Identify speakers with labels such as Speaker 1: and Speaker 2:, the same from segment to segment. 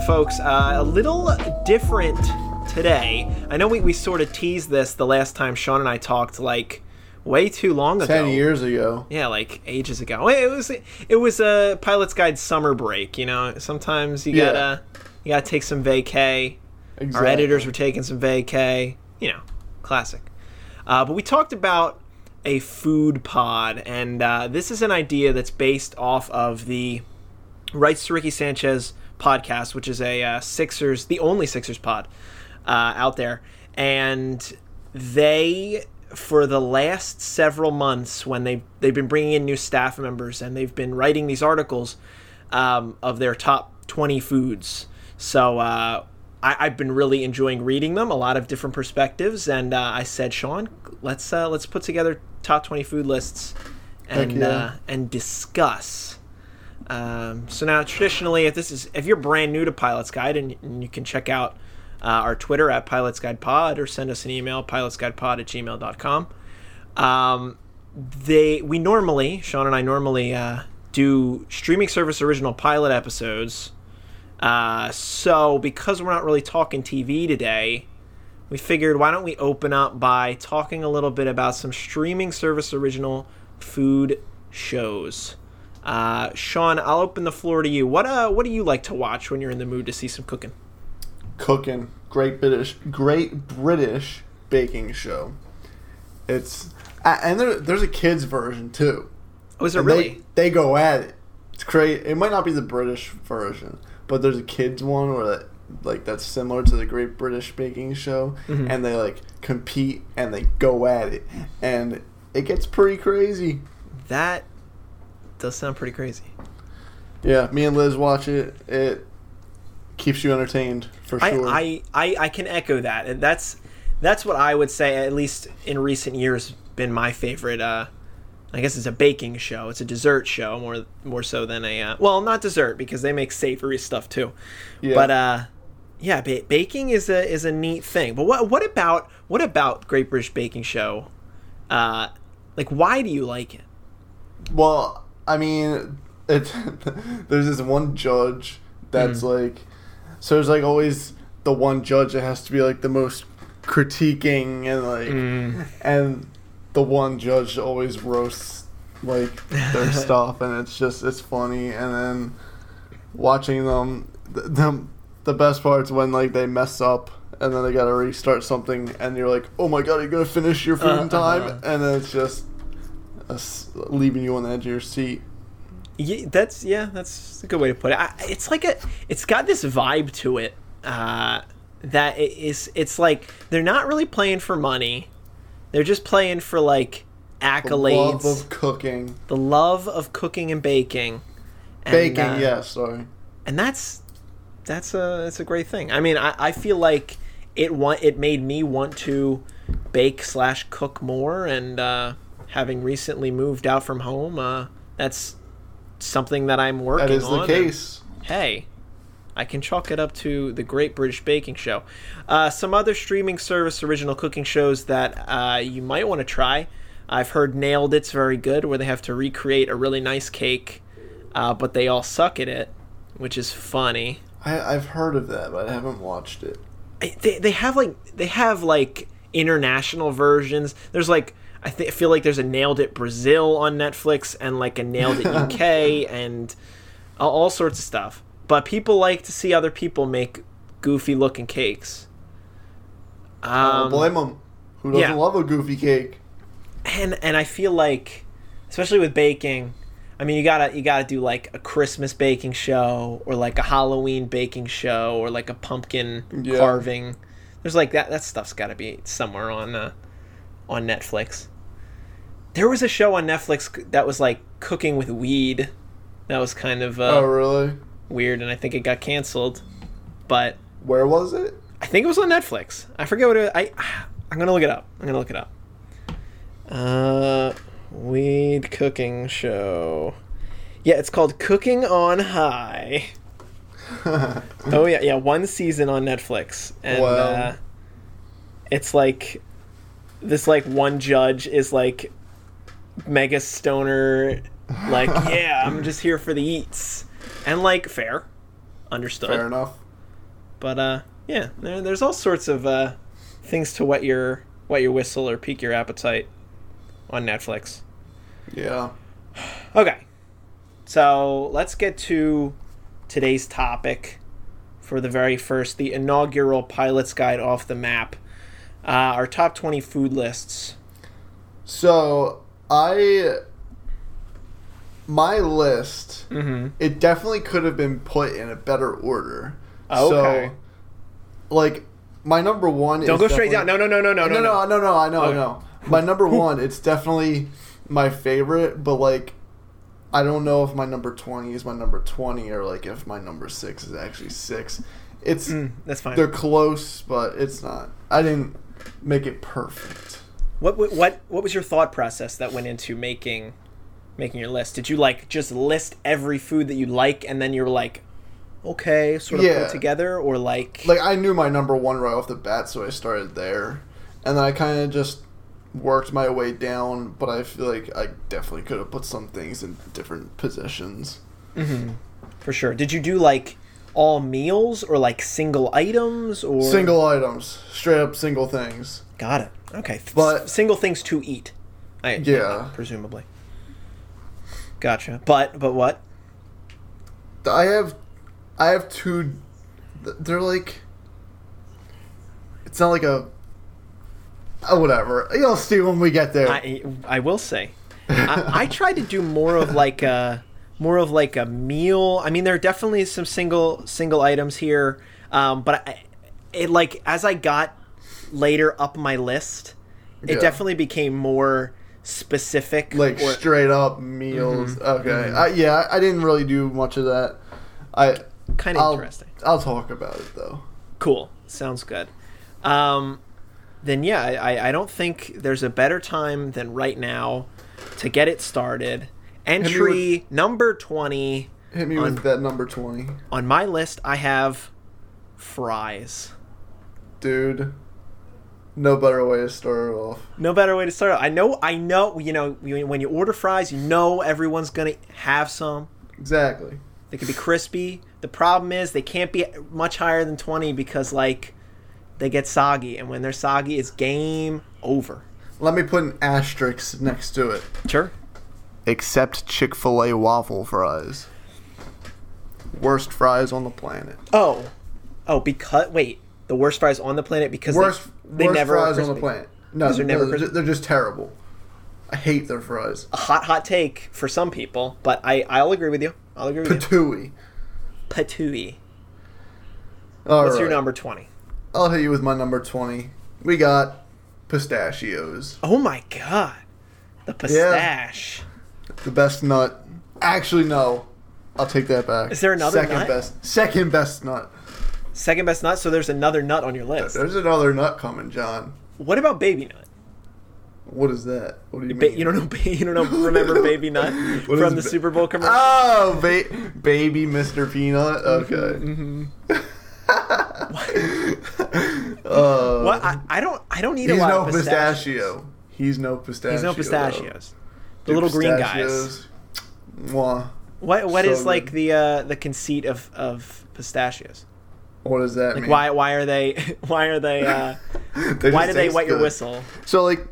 Speaker 1: folks. Uh, a little different today. I know we, we sort of teased this the last time Sean and I talked, like way too long ago.
Speaker 2: Ten years ago.
Speaker 1: Yeah, like ages ago. It was it was a pilot's guide summer break. You know, sometimes you
Speaker 2: Yeah.
Speaker 1: gotta you gotta take some vacay.
Speaker 2: Exactly.
Speaker 1: Our editors were taking some vacay. You know, classic. Uh, but we talked about a food pod, and uh, this is an idea that's based off of the Rights to Ricky Sanchez podcast, which is a uh, Sixers, the only Sixers pod uh, out there. And they, for the last several months, when they they've been bringing in new staff members and they've been writing these articles um, of their top 20 foods. So uh, I, I've been really enjoying reading them, a lot of different perspectives. And uh, I said, Sean, let's uh, let's put together top 20 food lists and
Speaker 2: yeah.
Speaker 1: uh, and discuss. Um, so now, traditionally, if this is if you're brand new to Pilot's Guide, and, and you can check out uh, our Twitter at Pilot's Guide Pod or send us an email pilotsguidepod at gmail.com. Um, they we normally Sean and I normally uh, do streaming service original pilot episodes. Uh, so because we're not really talking TV today, we figured why don't we open up by talking a little bit about some streaming service original food shows. Uh, Sean, I'll open the floor to you. What uh, what do you like to watch when you're in the mood to see some cooking?
Speaker 2: cooking great british great british baking show it's a- and there, there's a kids version too
Speaker 1: Oh, is it
Speaker 2: and
Speaker 1: really?
Speaker 2: they, they go at it it's great it might not be the british version but there's a kids one where that, like that's similar to the great british baking show
Speaker 1: Mm-hmm.
Speaker 2: and they like compete and they go at it and it gets pretty crazy
Speaker 1: That does sound pretty crazy.
Speaker 2: yeah me and liz watch it it keeps you entertained for
Speaker 1: I,
Speaker 2: sure
Speaker 1: I, I, I can echo that. And that's that's what I would say, at least in recent years, been my favorite. Uh, I guess it's a baking show. It's a dessert show more more so than a uh, well, not dessert because they make savory stuff too.
Speaker 2: Yeah.
Speaker 1: But uh, yeah, ba- baking is a is a neat thing. But what what about what about Great British Baking Show? Uh, like, why do you like it?
Speaker 2: Well, I mean, it, there's this one judge that's like, so there's like always the one judge that has to be like the most critiquing and like,
Speaker 1: Mm.
Speaker 2: and the one judge always roasts like their stuff, and it's just it's funny. And then watching them, th- them the best part's when like they mess up. And then they gotta restart something, and you're like, "Oh my god, you're gonna finish your food in time,"
Speaker 1: uh-huh.
Speaker 2: and then it's just us leaving you on the edge of your seat.
Speaker 1: Yeah, that's yeah, that's a good way to put it. I, it's like a, it's got this vibe to it uh, that it is. It's like they're not really playing for money; they're just playing for like
Speaker 2: The
Speaker 1: accolades,
Speaker 2: love of cooking,
Speaker 1: the love of cooking and baking. And,
Speaker 2: baking.
Speaker 1: uh,
Speaker 2: yeah, sorry.
Speaker 1: and that's that's a that's a great thing. I mean, I, I feel like it want it made me want to bake slash cook more, and uh, having recently moved out from home, uh, that's something that I'm working.
Speaker 2: That is
Speaker 1: on
Speaker 2: the
Speaker 1: and-
Speaker 2: case.
Speaker 1: hey, I can chalk it up to the Great British Baking Show. Uh, some other streaming service original cooking shows that uh, you might want to try. I've heard Nailed It's very good, where they have to recreate a really nice cake, uh, but they all suck at it, which is funny.
Speaker 2: I, I've heard of that, but I haven't watched it.
Speaker 1: I- They, they have like they have like international versions. There's like I thi- feel like there's a Nailed It Brazil on Netflix and like a Nailed It UK and all, all sorts of stuff. But people like to see other people make goofy looking cakes.
Speaker 2: I don't
Speaker 1: Um,
Speaker 2: blame them. Who doesn't
Speaker 1: yeah.
Speaker 2: love a goofy cake?
Speaker 1: and and I feel like, especially with baking, I mean you gotta you gotta do like a Christmas baking show or like a Halloween baking show or like a pumpkin
Speaker 2: Yeah.
Speaker 1: carving. There's like that that stuff's gotta be somewhere on uh, on Netflix. There was a show on Netflix c- that was like cooking with weed. That was kind of uh,
Speaker 2: Oh, really?
Speaker 1: weird, and I think it got canceled. But
Speaker 2: Where was it?
Speaker 1: I think it was on Netflix. I forget what it. I I'm gonna look it up. I'm gonna look it up. Uh, weed cooking show. Yeah, it's called Cooking on High. oh yeah, yeah, one season on Netflix, and
Speaker 2: Wow.
Speaker 1: uh, it's like this like one judge is like mega stoner, like yeah, I'm just here for the eats, and like fair, understood.
Speaker 2: Fair enough.
Speaker 1: But uh, yeah, there, there's all sorts of uh, things to wet your wet your whistle or pique your appetite on Netflix.
Speaker 2: Yeah.
Speaker 1: Okay, so let's get to today's topic for the very first, the inaugural Pilot's Guide off the map. Uh, our top 20 food lists.
Speaker 2: So I my list
Speaker 1: Mm-hmm.
Speaker 2: it definitely could have been put in a better order.
Speaker 1: Okay.
Speaker 2: So like my number one
Speaker 1: Don't go straight down.
Speaker 2: definitely-
Speaker 1: No, no, no, no, no, no,
Speaker 2: no, no, no, I know,
Speaker 1: Okay.
Speaker 2: I know. My number one, it's definitely my favorite, but like, I don't know if my number twenty is my number twenty or like if my number six is actually six. It's
Speaker 1: Mm, that's fine.
Speaker 2: they're close, but it's not. I didn't make it perfect.
Speaker 1: What what- what what was your thought process that went into making making your list? Did you like just list every food that you like and then you were like, okay, sort of put
Speaker 2: Yeah.
Speaker 1: it together, or like,
Speaker 2: Like I knew my number one right off the bat, so I started there, and then I kind of just worked my way down. But I feel like I definitely could have put some things in different positions.
Speaker 1: for sure? Did you do like all meals or like single items or
Speaker 2: Single items, straight up single things.
Speaker 1: Got it. Okay,
Speaker 2: But-
Speaker 1: S- single things to eat. I,
Speaker 2: Yeah.
Speaker 1: presumably. Gotcha. But but what?
Speaker 2: I have, I have two. th- They're like. It's not like a. Oh, whatever. You'll see when we get there.
Speaker 1: I I will say, I, I try to do more of like a more of like a meal. I mean, there are definitely some single single items here, um, but I, it like as I got later up my list, it
Speaker 2: Yeah.
Speaker 1: definitely became more specific.
Speaker 2: like
Speaker 1: or- Mm-hmm.
Speaker 2: straight up meals. Okay. I, yeah, I didn't really do much of that. I.
Speaker 1: Kinda
Speaker 2: I'll-
Speaker 1: interesting.
Speaker 2: I'll talk about it though.
Speaker 1: cool, sounds good. Um, then yeah, I, I- I don't think there's a better time than right now to get it started.
Speaker 2: with-
Speaker 1: Entry number twenty.
Speaker 2: Hit me with that number twenty,
Speaker 1: on my list I have fries.
Speaker 2: dude. No better way to start it off.
Speaker 1: No better way to start. I know I know you know you- when you order fries, you know everyone's going to have some.
Speaker 2: Exactly.
Speaker 1: They could be crispy. The problem is they can't be much higher than 20 because like they get soggy and when they're soggy it's game over.
Speaker 2: Let me put an asterisk next to it.
Speaker 1: Sure.
Speaker 2: Except Chick Fil A waffle fries. Worst fries on the planet.
Speaker 1: Oh. Oh, because wait, the worst fries on the planet because they-
Speaker 2: worst
Speaker 1: they,
Speaker 2: worst
Speaker 1: never are
Speaker 2: fries on the
Speaker 1: crispy.
Speaker 2: planet. No,
Speaker 1: These are
Speaker 2: they're,
Speaker 1: never
Speaker 2: no, they're,
Speaker 1: crispy.
Speaker 2: they're just terrible. I hate their fries.
Speaker 1: Hot hot take for some people, but I I'll agree with you. I'll agree with you.
Speaker 2: Patooey.
Speaker 1: Patooey.
Speaker 2: All
Speaker 1: What's your
Speaker 2: right.
Speaker 1: number 20?
Speaker 2: I'll hit you with my number twenty. We got pistachios.
Speaker 1: Oh my god. The pistache.
Speaker 2: The best nut. Actually, no. I'll take that back.
Speaker 1: Is there another
Speaker 2: second
Speaker 1: nut?
Speaker 2: best? Second best nut.
Speaker 1: Second best nut, so there's another nut on your list.
Speaker 2: There's another nut coming, John.
Speaker 1: What about baby nut?
Speaker 2: What is that? What do you
Speaker 1: Ba-
Speaker 2: mean?
Speaker 1: you don't know ba- you don't know remember baby nut
Speaker 2: What
Speaker 1: from the
Speaker 2: is ba-
Speaker 1: Super Bowl commercial?
Speaker 2: Oh, ba- baby Mr. Peanut. Okay. uh,
Speaker 1: what I, I don't I don't eat
Speaker 2: He's
Speaker 1: a lot
Speaker 2: no
Speaker 1: of pistachios.
Speaker 2: pistachio. He's no pistachio.
Speaker 1: There's no pistachios. The little green guys.
Speaker 2: guys. Mwah.
Speaker 1: What What is
Speaker 2: So
Speaker 1: like
Speaker 2: good.
Speaker 1: the uh, the conceit of, of pistachios?
Speaker 2: What does that mean?
Speaker 1: Why why are they why are they uh,
Speaker 2: They
Speaker 1: why do
Speaker 2: just
Speaker 1: they
Speaker 2: taste
Speaker 1: wet your
Speaker 2: good.
Speaker 1: whistle?
Speaker 2: So like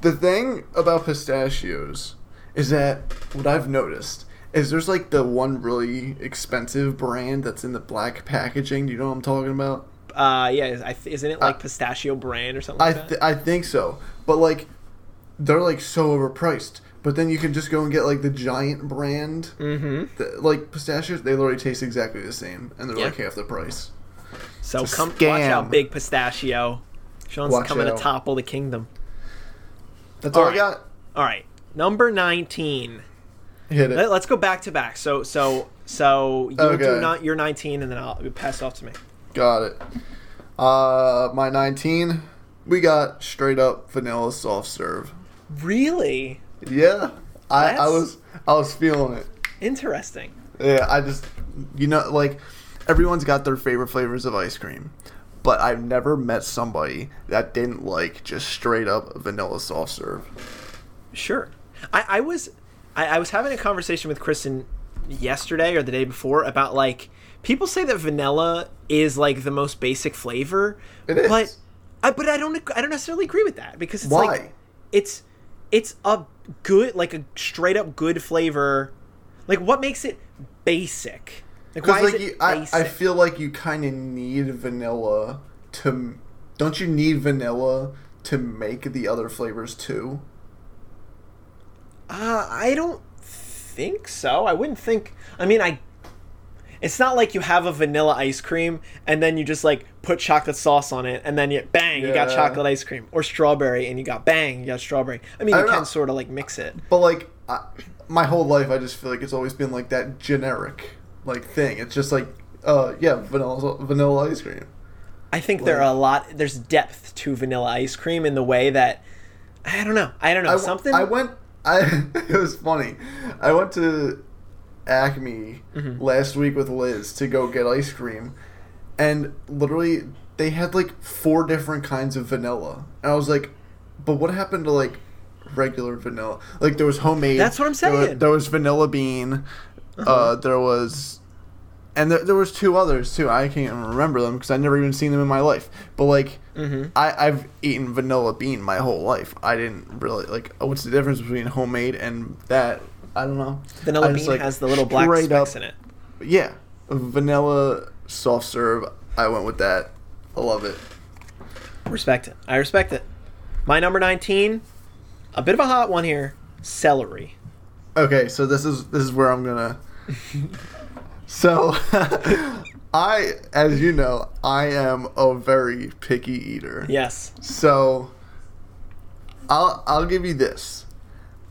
Speaker 2: the thing about pistachios is that what I've noticed is there's like the one really expensive brand that's in the black packaging. Do you know what I'm talking about?
Speaker 1: Uh, yeah, is- I th- isn't it like pistachio brand or something?
Speaker 2: I
Speaker 1: Like that?
Speaker 2: th- I think so. But like they're like so overpriced. But then you can just go and get like the giant brand. Mm-hmm. like pistachios, they literally taste exactly the same, and they're
Speaker 1: Yeah.
Speaker 2: like half the price.
Speaker 1: So
Speaker 2: It's a
Speaker 1: come watch out,
Speaker 2: scam.
Speaker 1: Big Pistachio. Sean's
Speaker 2: Watch
Speaker 1: coming
Speaker 2: out.
Speaker 1: to topple the kingdom.
Speaker 2: That's all,
Speaker 1: All
Speaker 2: Oh, I
Speaker 1: right.
Speaker 2: got.
Speaker 1: All right, number nineteen.
Speaker 2: Hit it.
Speaker 1: Let, us go back to back. So so so you do
Speaker 2: Okay.
Speaker 1: not. You're nineteen, and then I'll pass it off to me.
Speaker 2: Got it. Uh, my 19, we got straight up vanilla soft serve.
Speaker 1: Really
Speaker 2: Yeah, I, I
Speaker 1: That's-
Speaker 2: was I was feeling it.
Speaker 1: interesting.
Speaker 2: Yeah, I just you know like everyone's got their favorite flavors of ice cream, but I've never met somebody that didn't like just straight up vanilla soft serve.
Speaker 1: Sure. I, I was I, I was having a conversation with Kristen yesterday or the day before about like people say that vanilla is like the most basic flavor.
Speaker 2: It is.
Speaker 1: But I but I don't ag- I don't necessarily agree with that because it's
Speaker 2: Why?
Speaker 1: like it's it's a good like a straight up good flavor. Like what makes it basic? Like why
Speaker 2: Because like
Speaker 1: is
Speaker 2: you,
Speaker 1: it
Speaker 2: I,
Speaker 1: basic?
Speaker 2: I feel like you kind of need vanilla to. m- Don't you need vanilla to make the other flavors too?
Speaker 1: Uh, I don't think so. I wouldn't think. I mean, I. It's not like you have a vanilla ice cream and then you just like put chocolate sauce on it and then you bang you got
Speaker 2: Yeah.
Speaker 1: chocolate ice cream or strawberry and you got bang you got strawberry. I mean,
Speaker 2: I
Speaker 1: you
Speaker 2: don't
Speaker 1: can
Speaker 2: know.
Speaker 1: sort of like mix it.
Speaker 2: But like I, my whole life, I just feel like it's always been like that generic like thing. It's just like, uh, yeah, vanilla vanilla ice cream.
Speaker 1: I think there are a lot. There's depth to vanilla ice cream in the way that I don't know. I don't know
Speaker 2: I w-
Speaker 1: something.
Speaker 2: I went. I it was funny. I went to Acme
Speaker 1: Mm-hmm.
Speaker 2: last week with Liz to go get ice cream, and literally they had like four different kinds of vanilla, and I was like, "But what happened to like regular vanilla? Like there was homemade.
Speaker 1: That's what I'm
Speaker 2: there wa- There,
Speaker 1: saying. Uh-huh.
Speaker 2: was vanilla bean. uh there was." And there, there was two others too. I can't even remember them because I've never even seen them in my life. But like,
Speaker 1: Mm-hmm.
Speaker 2: I, I've eaten vanilla bean my whole life. I didn't really like. oh, What's the difference between homemade and that? I don't know.
Speaker 1: vanilla
Speaker 2: I
Speaker 1: bean
Speaker 2: just, like,
Speaker 1: has the little black
Speaker 2: straight
Speaker 1: specks
Speaker 2: up-
Speaker 1: in it.
Speaker 2: Yeah, vanilla soft serve. I went with that. I love it.
Speaker 1: Respect it. I respect it. My number nineteen, a bit of a hot one here. Celery.
Speaker 2: Okay, so this is this is where I'm gonna. so, I, as you know, I am a very picky eater.
Speaker 1: Yes.
Speaker 2: So I'll I'll give you this.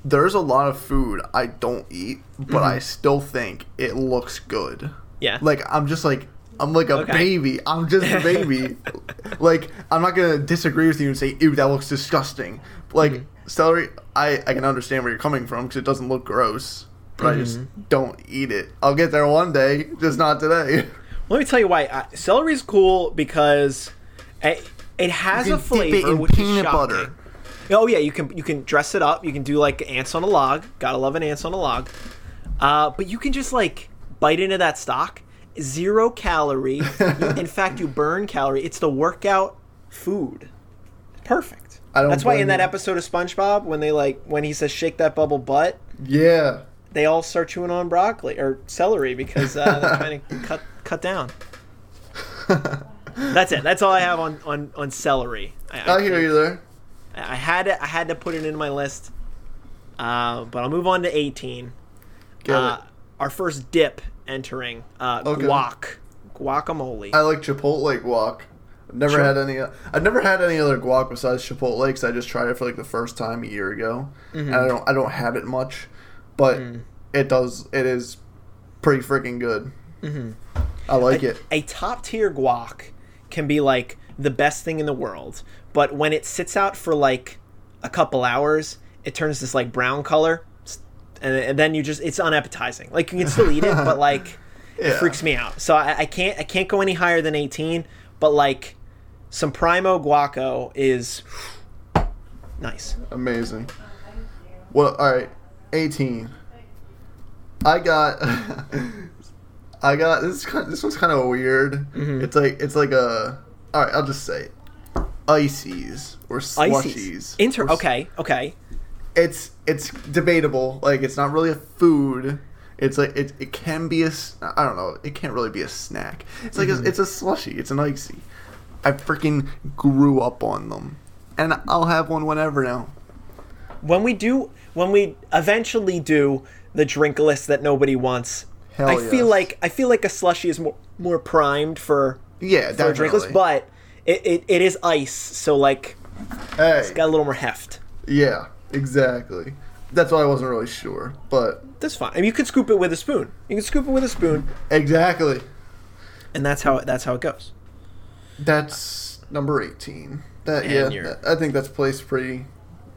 Speaker 2: There's a lot of food I don't eat, but
Speaker 1: Mm-hmm.
Speaker 2: I still think it looks good.
Speaker 1: Yeah.
Speaker 2: Like I'm just like I'm like a
Speaker 1: Okay.
Speaker 2: baby. I'm just a baby. like I'm not gonna disagree with you and say, "Ew, that looks disgusting." Like
Speaker 1: Mm-hmm.
Speaker 2: celery, I I can understand where you're coming from because it doesn't look gross, but I
Speaker 1: Mm-hmm.
Speaker 2: just don't eat it. I'll get there one day, just not today.
Speaker 1: Let me tell you why I, celery's cool because it, it has
Speaker 2: You
Speaker 1: a
Speaker 2: can dip it
Speaker 1: flavor
Speaker 2: in
Speaker 1: which
Speaker 2: peanut
Speaker 1: is shocking.
Speaker 2: butter.
Speaker 1: Oh yeah, you can you can dress it up. You can do like ants on a log. Gotta love an ants on a log. Uh, but you can just like bite into that stock. Zero calorie. You- in fact, you burn calorie. It's the workout food. Perfect.
Speaker 2: I don't
Speaker 1: That's why
Speaker 2: blame
Speaker 1: in that
Speaker 2: you.
Speaker 1: episode of SpongeBob, when they like when he says shake that bubble butt,
Speaker 2: yeah.
Speaker 1: they all start chewing on broccoli or celery because uh, they're trying to cut cut down. That's it. That's all I have on on on celery. I, I,
Speaker 2: I hear Oh, you there.
Speaker 1: I had to, I had to put it in my list, uh, but I'll move on to eighteen.
Speaker 2: Get
Speaker 1: Uh,
Speaker 2: it.
Speaker 1: our first dip entering uh,
Speaker 2: Okay.
Speaker 1: guac guacamole.
Speaker 2: I like Chipotle guac. I've never
Speaker 1: Sure.
Speaker 2: had any. I've never had any other guac besides Chipotle because I just tried it for like the first time a year ago,
Speaker 1: Mm-hmm.
Speaker 2: and I don't. I don't have it much, but
Speaker 1: Mm.
Speaker 2: it does. It is pretty freaking good.
Speaker 1: Mm-hmm.
Speaker 2: I like it.
Speaker 1: a top tier guac can be like the best thing in the world, but when it sits out for like a couple hours, it turns this like brown color, s- and, and then you just it's unappetizing. Like you can still eat it, but like it
Speaker 2: Yeah.
Speaker 1: freaks me out. So I, I can't I can't go any higher than eighteen. But like some primo guaco is nice.
Speaker 2: Amazing. Well, all right, eighteen. I got, I got this. Is kind this one's kind of weird.
Speaker 1: Mm-hmm.
Speaker 2: It's like it's like a. All right, I'll just say, it. ices or slushies.
Speaker 1: Ices. Inter.
Speaker 2: or
Speaker 1: Okay. Okay.
Speaker 2: it's it's debatable. Like it's not really a food. It's like it, it can be a s- I don't know. It can't really be a snack. It's like
Speaker 1: Mm-hmm.
Speaker 2: a, it's a slushy. It's an icy. I freaking grew up on them, and I'll have one whenever now.
Speaker 1: when we do when we eventually do the drink list that nobody wants
Speaker 2: Hell
Speaker 1: i
Speaker 2: yes.
Speaker 1: feel like i feel like a slushy is more more primed for
Speaker 2: Yeah,
Speaker 1: for a
Speaker 2: definitely.
Speaker 1: drink list but it, it, it is ice so like
Speaker 2: hey,
Speaker 1: got a little more heft
Speaker 2: yeah, exactly. That's why I wasn't really sure, but
Speaker 1: that's fine I mean, you could scoop it with a spoon you can scoop it with a spoon
Speaker 2: exactly.
Speaker 1: and that's how that's how it goes
Speaker 2: That's number eighteen. That
Speaker 1: And
Speaker 2: yeah,
Speaker 1: you're-
Speaker 2: that- I think that's placed pretty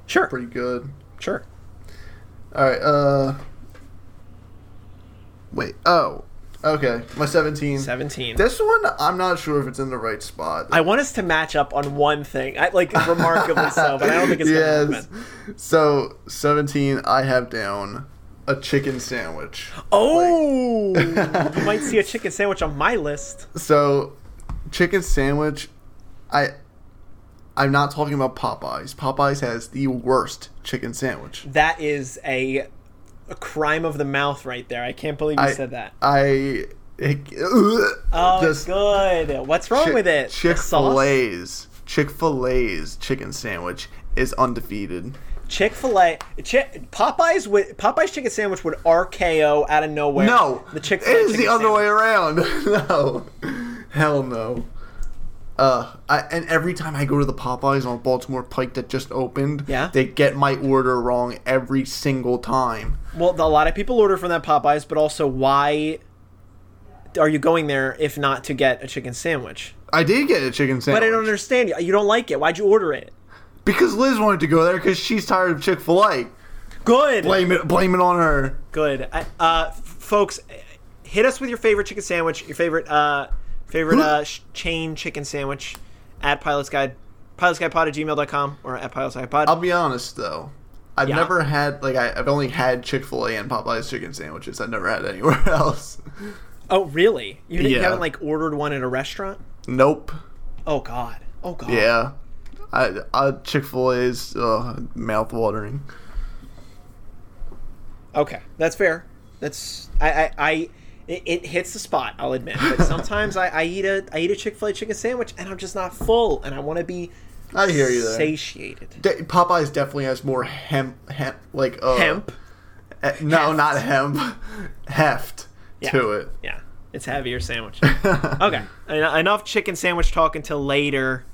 Speaker 1: sure
Speaker 2: pretty good.
Speaker 1: sure
Speaker 2: All right. Uh. Wait. Oh. Okay. My seventeen.
Speaker 1: 17
Speaker 2: This one, I'm not sure if it's in the right spot.
Speaker 1: i want us to match up on one thing i like remarkably so but i don't think it's gonna happen
Speaker 2: So seventeen, I have down a chicken sandwich.
Speaker 1: Oh, you might see a chicken sandwich on my list.
Speaker 2: So, chicken sandwich, I, I'm not talking about Popeyes. Popeyes has the worst chicken sandwich.
Speaker 1: That is a, a crime of the mouth right there. I can't believe you
Speaker 2: I
Speaker 1: said that.
Speaker 2: I. It,
Speaker 1: Oh,
Speaker 2: just
Speaker 1: good. What's wrong with it? The
Speaker 2: Chick Fil
Speaker 1: sauce?
Speaker 2: A's Chick Fil A's chicken sandwich is undefeated.
Speaker 1: Chick Fil A, Chick, Popeyes with Popeyes chicken sandwich would RKO out of nowhere.
Speaker 2: No,
Speaker 1: the Chick Fil
Speaker 2: It
Speaker 1: A
Speaker 2: is the other way around. no, hell no. Uh, I, and every time I go to the Popeyes on Baltimore Pike that just opened,
Speaker 1: Yeah?
Speaker 2: they get my order wrong every single time.
Speaker 1: Well, a lot of people order from that Popeyes, but also why are you going there if not to get a chicken sandwich?
Speaker 2: I did get a chicken sandwich,
Speaker 1: But I don't understand you. You don't like it. Why'd you order it?
Speaker 2: because Liz wanted to go there because she's tired of Chick Fil A.
Speaker 1: Good.
Speaker 2: Blame it, blame it on her.
Speaker 1: Good. I, uh, f- folks, hit us with your favorite chicken sandwich, your favorite uh, favorite uh, sh- chain chicken sandwich at Pilot's Guide, Pilot's Guide Pod at gmail.com or at Pilot's Guide Pod.
Speaker 2: I'll be honest though. I've
Speaker 1: Yeah.
Speaker 2: never had like I, I've only had Chick Fil A and Popeyes chicken sandwiches. I've never had anywhere else.
Speaker 1: oh, really? You, you
Speaker 2: Yeah.
Speaker 1: haven't like ordered one at a restaurant?
Speaker 2: Nope.
Speaker 1: Oh God. Oh God.
Speaker 2: Yeah, I, I Chick Fil A is uh, mouth watering.
Speaker 1: Okay, that's fair. That's I I, I it, it hits the spot. I'll admit, but sometimes I, I eat a I eat a Chick Fil A chicken sandwich and I'm just not full, and I want to be
Speaker 2: I hear you there.
Speaker 1: satiated.
Speaker 2: De- Popeyes definitely has more hemp, hemp like uh,
Speaker 1: Hemp.
Speaker 2: eh, no, not hemp. Heft to it.
Speaker 1: Yeah, it's a heavier sandwich. okay, en- enough chicken sandwich talk until later.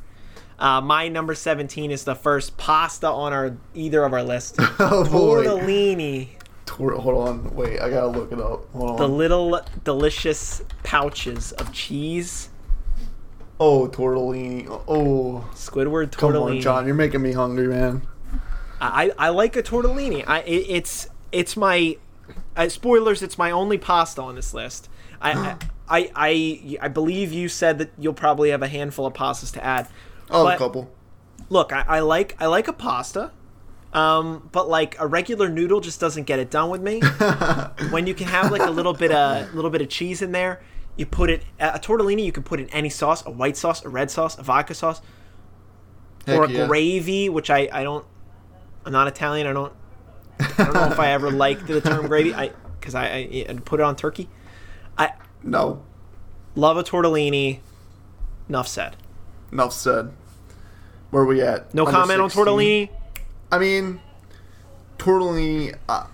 Speaker 1: Uh, my number seventeen is the first pasta on our either of our list.
Speaker 2: Oh boy.
Speaker 1: Tortellini,
Speaker 2: Tor- hold on. Wait, I gotta look it up. Hold
Speaker 1: the
Speaker 2: on.
Speaker 1: little delicious pouches of cheese.
Speaker 2: oh, tortellini. Oh,
Speaker 1: Squidward
Speaker 2: come
Speaker 1: tortellini.
Speaker 2: on, John. You're making me hungry, man.
Speaker 1: I, I like a tortellini. I it, it's it's my uh, spoilers. It's my only pasta on this list. I, I I I I believe you said that you'll probably have a handful of pastas to add.
Speaker 2: Oh,
Speaker 1: But-
Speaker 2: a couple.
Speaker 1: Look, I, I like I like a pasta, um, but like a regular noodle just doesn't get it done with me. when you can have like a little bit of little bit of cheese in there, you put it a a tortellini. You can put in any sauce, a white sauce, a red sauce, a vodka sauce or
Speaker 2: Heck
Speaker 1: a
Speaker 2: yeah.
Speaker 1: gravy, which I, I don't. I'm not Italian. I don't. I don't know if I ever liked the term gravy. I because I, I I'd put it on turkey. I
Speaker 2: No.
Speaker 1: love a tortellini. Enough said.
Speaker 2: Enough said. Where we at?
Speaker 1: No
Speaker 2: Number
Speaker 1: comment
Speaker 2: 16?
Speaker 1: on tortellini.
Speaker 2: I mean, tortellini. Uh,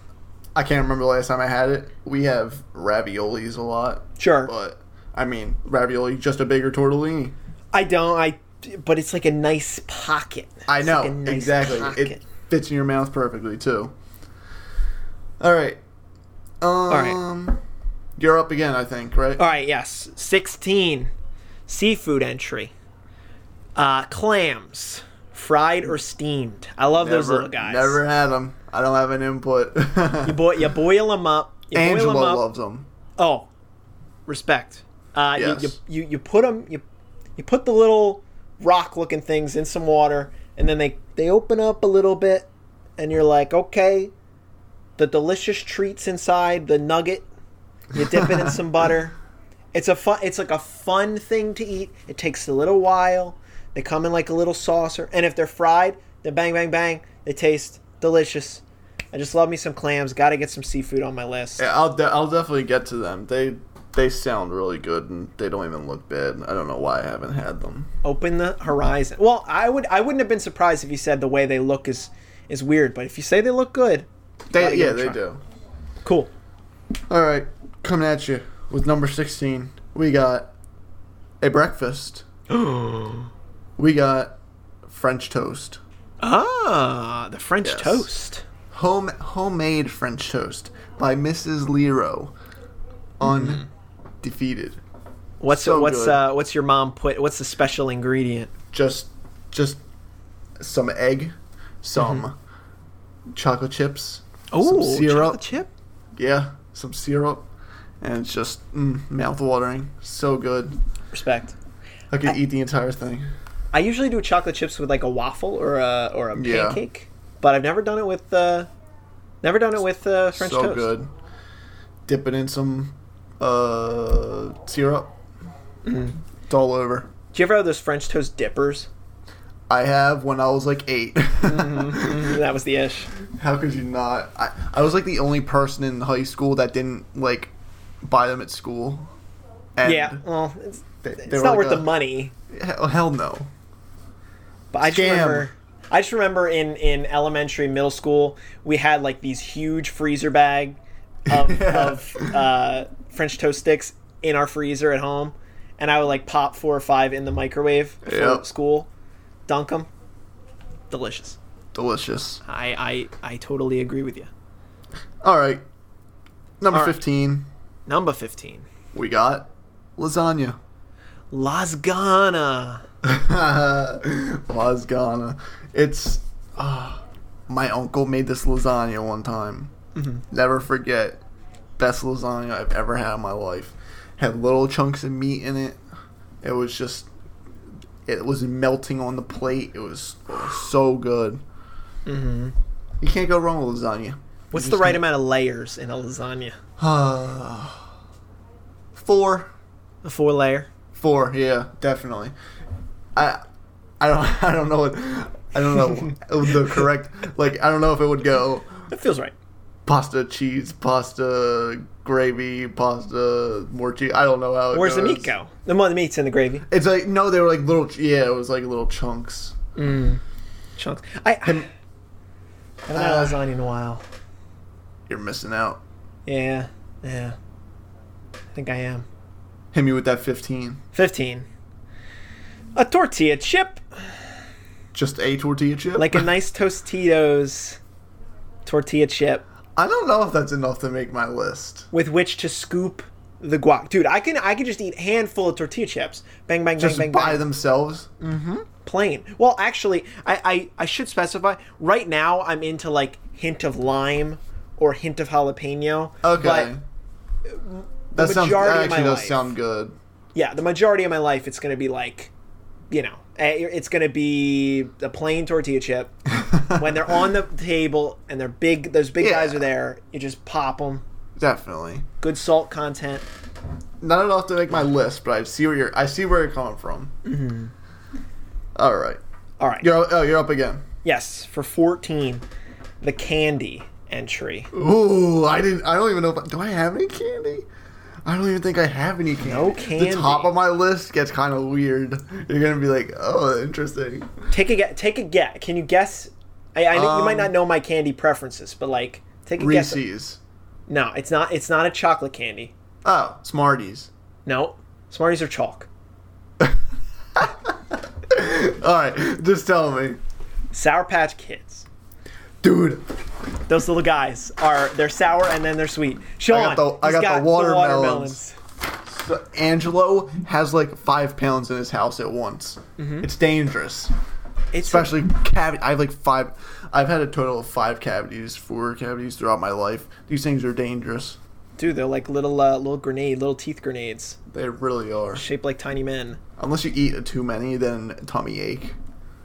Speaker 2: I can't remember the last time I had it. We have raviolis a lot,
Speaker 1: Sure,
Speaker 2: but I mean, ravioli just a bigger tortellini.
Speaker 1: I don't. I but it's like a nice pocket.
Speaker 2: I
Speaker 1: It's
Speaker 2: know
Speaker 1: like a nice
Speaker 2: exactly. It fits in your mouth perfectly too. All right. Um,
Speaker 1: right.
Speaker 2: You're up again, I think. Right.
Speaker 1: All right. Yes. Sixteen. Seafood entry. Uh, clams, fried or steamed. I love those little guys.
Speaker 2: Never had them. I don't have an input.
Speaker 1: You, boi- you boil them up. You
Speaker 2: Angela
Speaker 1: boil them up.
Speaker 2: loves them.
Speaker 1: Oh, respect. Uh, you-
Speaker 2: Yes.
Speaker 1: you, you, you put 'em- you, you put the little rock-looking things in some water, and then they they open up a little bit, and you're like, okay, the delicious treats inside the nugget. You dip it in some butter. It's a fun. It's like a fun thing to eat. It takes a little while. They come in like a little saucer, and if they're fried, then bang, bang, bang. They taste delicious. I just love me some clams. Got to get some seafood on my list.
Speaker 2: Yeah, I'll de- I'll definitely get to them. They they sound really good and they don't even look bad. I don't know why I haven't had them.
Speaker 1: open the horizon. Well, I would I wouldn't have been surprised if you said the way they look is is weird, but if you say they look good, Gotta
Speaker 2: They,
Speaker 1: give
Speaker 2: yeah,
Speaker 1: it a
Speaker 2: they
Speaker 1: try.
Speaker 2: do.
Speaker 1: cool.
Speaker 2: All right, coming at you with number sixteen. We got a breakfast. we got French toast,
Speaker 1: Ah, the French
Speaker 2: Yes.
Speaker 1: toast.
Speaker 2: home homemade French toast by Mrs. Lero, Mm-hmm. undefeated.
Speaker 1: What's
Speaker 2: So
Speaker 1: what's
Speaker 2: good.
Speaker 1: uh what's your mom put? What's the special ingredient?
Speaker 2: Just just some egg, some chocolate chips,
Speaker 1: Oh,
Speaker 2: some syrup.
Speaker 1: chip.
Speaker 2: yeah, some syrup, and it's just mm, mouth-watering. So good.
Speaker 1: Respect.
Speaker 2: I could eat the entire thing.
Speaker 1: I usually do chocolate chips with like a waffle or a or a
Speaker 2: Yeah.
Speaker 1: pancake, but I've never done it with uh Never done it with uh, French
Speaker 2: so
Speaker 1: toast.
Speaker 2: good. Dip it in some uh, syrup.
Speaker 1: Mm.
Speaker 2: It's all over.
Speaker 1: Do you ever have those French toast dippers?
Speaker 2: I have when I was like 8
Speaker 1: Mm, that was the ish.
Speaker 2: How could you not? I, I was like the only person in high school that didn't like buy them at school. And
Speaker 1: yeah. Well, it's,
Speaker 2: they, they
Speaker 1: it's
Speaker 2: were
Speaker 1: not
Speaker 2: like
Speaker 1: worth
Speaker 2: a-
Speaker 1: the money.
Speaker 2: Hell, hell no.
Speaker 1: But I just
Speaker 2: Scam.
Speaker 1: remember, I just remember in in elementary, middle school, we had like these huge freezer bag of,
Speaker 2: Yeah.
Speaker 1: of uh, French toast sticks in our freezer at home, and I would like pop four or five in the microwave for
Speaker 2: Yep.
Speaker 1: school, dunk them, delicious.
Speaker 2: Delicious.
Speaker 1: I I I totally agree with you.
Speaker 2: All right. Number
Speaker 1: All right.
Speaker 2: 15,
Speaker 1: Number fifteen,
Speaker 2: we got lasagna.
Speaker 1: lasagna.
Speaker 2: lasagna. It's ah, my uncle made this lasagna one time. Never forget. Best lasagna I've ever had in my life. Had little chunks of meat in it. It was just it was melting on the plate. It was so good. Mm-hmm. You can't go wrong with lasagna.
Speaker 1: What's the right amount of layers in a lasagna?
Speaker 2: Four
Speaker 1: A four layer.
Speaker 2: Four, yeah, definitely. I, I don't, I don't know what, I don't know the correct. Like, I don't know if it would go
Speaker 1: That feels right.
Speaker 2: pasta, cheese, pasta, gravy, pasta, more cheese. I don't know how. It
Speaker 1: Where's the
Speaker 2: goes.
Speaker 1: meat go? The mo- the meat's in the gravy.
Speaker 2: It's like no, they were like little. ch- Yeah, it was like little chunks.
Speaker 1: chunks. I, I haven't had
Speaker 2: Uh,
Speaker 1: lasagna in a while.
Speaker 2: You're missing out.
Speaker 1: Yeah, yeah. I think I am.
Speaker 2: Hit me with that fifteen.
Speaker 1: Fifteen. A tortilla chip,
Speaker 2: Just a tortilla chip.
Speaker 1: like a nice Tostitos tortilla chip,
Speaker 2: I don't know if that's enough to make my list.
Speaker 1: with which to scoop the guac. Dude, I can I can just eat handful of tortilla chips. Bang bang
Speaker 2: Just
Speaker 1: bang bang.
Speaker 2: by
Speaker 1: bang. Mm-hmm.
Speaker 2: themselves.
Speaker 1: plain. Well, actually, I, I I should specify. Right now, I'm into like hint of lime or hint of jalapeno.
Speaker 2: Okay.
Speaker 1: But uh,
Speaker 2: that sounds that
Speaker 1: majority of my
Speaker 2: actually does
Speaker 1: life-
Speaker 2: sound good.
Speaker 1: yeah, the majority of my life, it's going to be like, you know, eh, it's going to be a plain tortilla chip. when they're on the table and they're big, those big guys
Speaker 2: Yeah.
Speaker 1: are there. You just pop them.
Speaker 2: Definitely.
Speaker 1: Good salt content.
Speaker 2: not enough to make my list, but I see where you're. I see where you're coming from.
Speaker 1: Mm-hmm.
Speaker 2: All right,
Speaker 1: All right.
Speaker 2: you're oh you're up again.
Speaker 1: Yes, for fourteen, the candy entry.
Speaker 2: Ooh, I didn't. I don't even know. If, do I have any candy? I don't even think I have any candy.
Speaker 1: No
Speaker 2: The
Speaker 1: candy.
Speaker 2: top of my list gets kind of weird. You're gonna be like, oh, interesting.
Speaker 1: Take a guess. Take a guess. Can you guess? I, I know you might
Speaker 2: Um,
Speaker 1: not know my candy preferences, but like, take a guess.
Speaker 2: Reese's.
Speaker 1: No, it's not. It's not a chocolate candy.
Speaker 2: Oh, Smarties.
Speaker 1: No, Smarties are chalk.
Speaker 2: All right, just tell me,
Speaker 1: Sour Patch Kids.
Speaker 2: dude.
Speaker 1: Those little guys are they're sour and then they're sweet. Sean,
Speaker 2: got the- I
Speaker 1: he's
Speaker 2: got the
Speaker 1: watermelons.
Speaker 2: watermelons. so Angelo has like five pounds in his house at once.
Speaker 1: Mm-hmm.
Speaker 2: It's dangerous.
Speaker 1: It's
Speaker 2: especially cavity. I have like five. I've had a total of five cavities, four cavities throughout my life. These things are dangerous.
Speaker 1: dude, they're like little uh, little grenade, little teeth grenades,
Speaker 2: They really are.
Speaker 1: shaped like tiny men.
Speaker 2: Unless you eat too many, then tummy ache.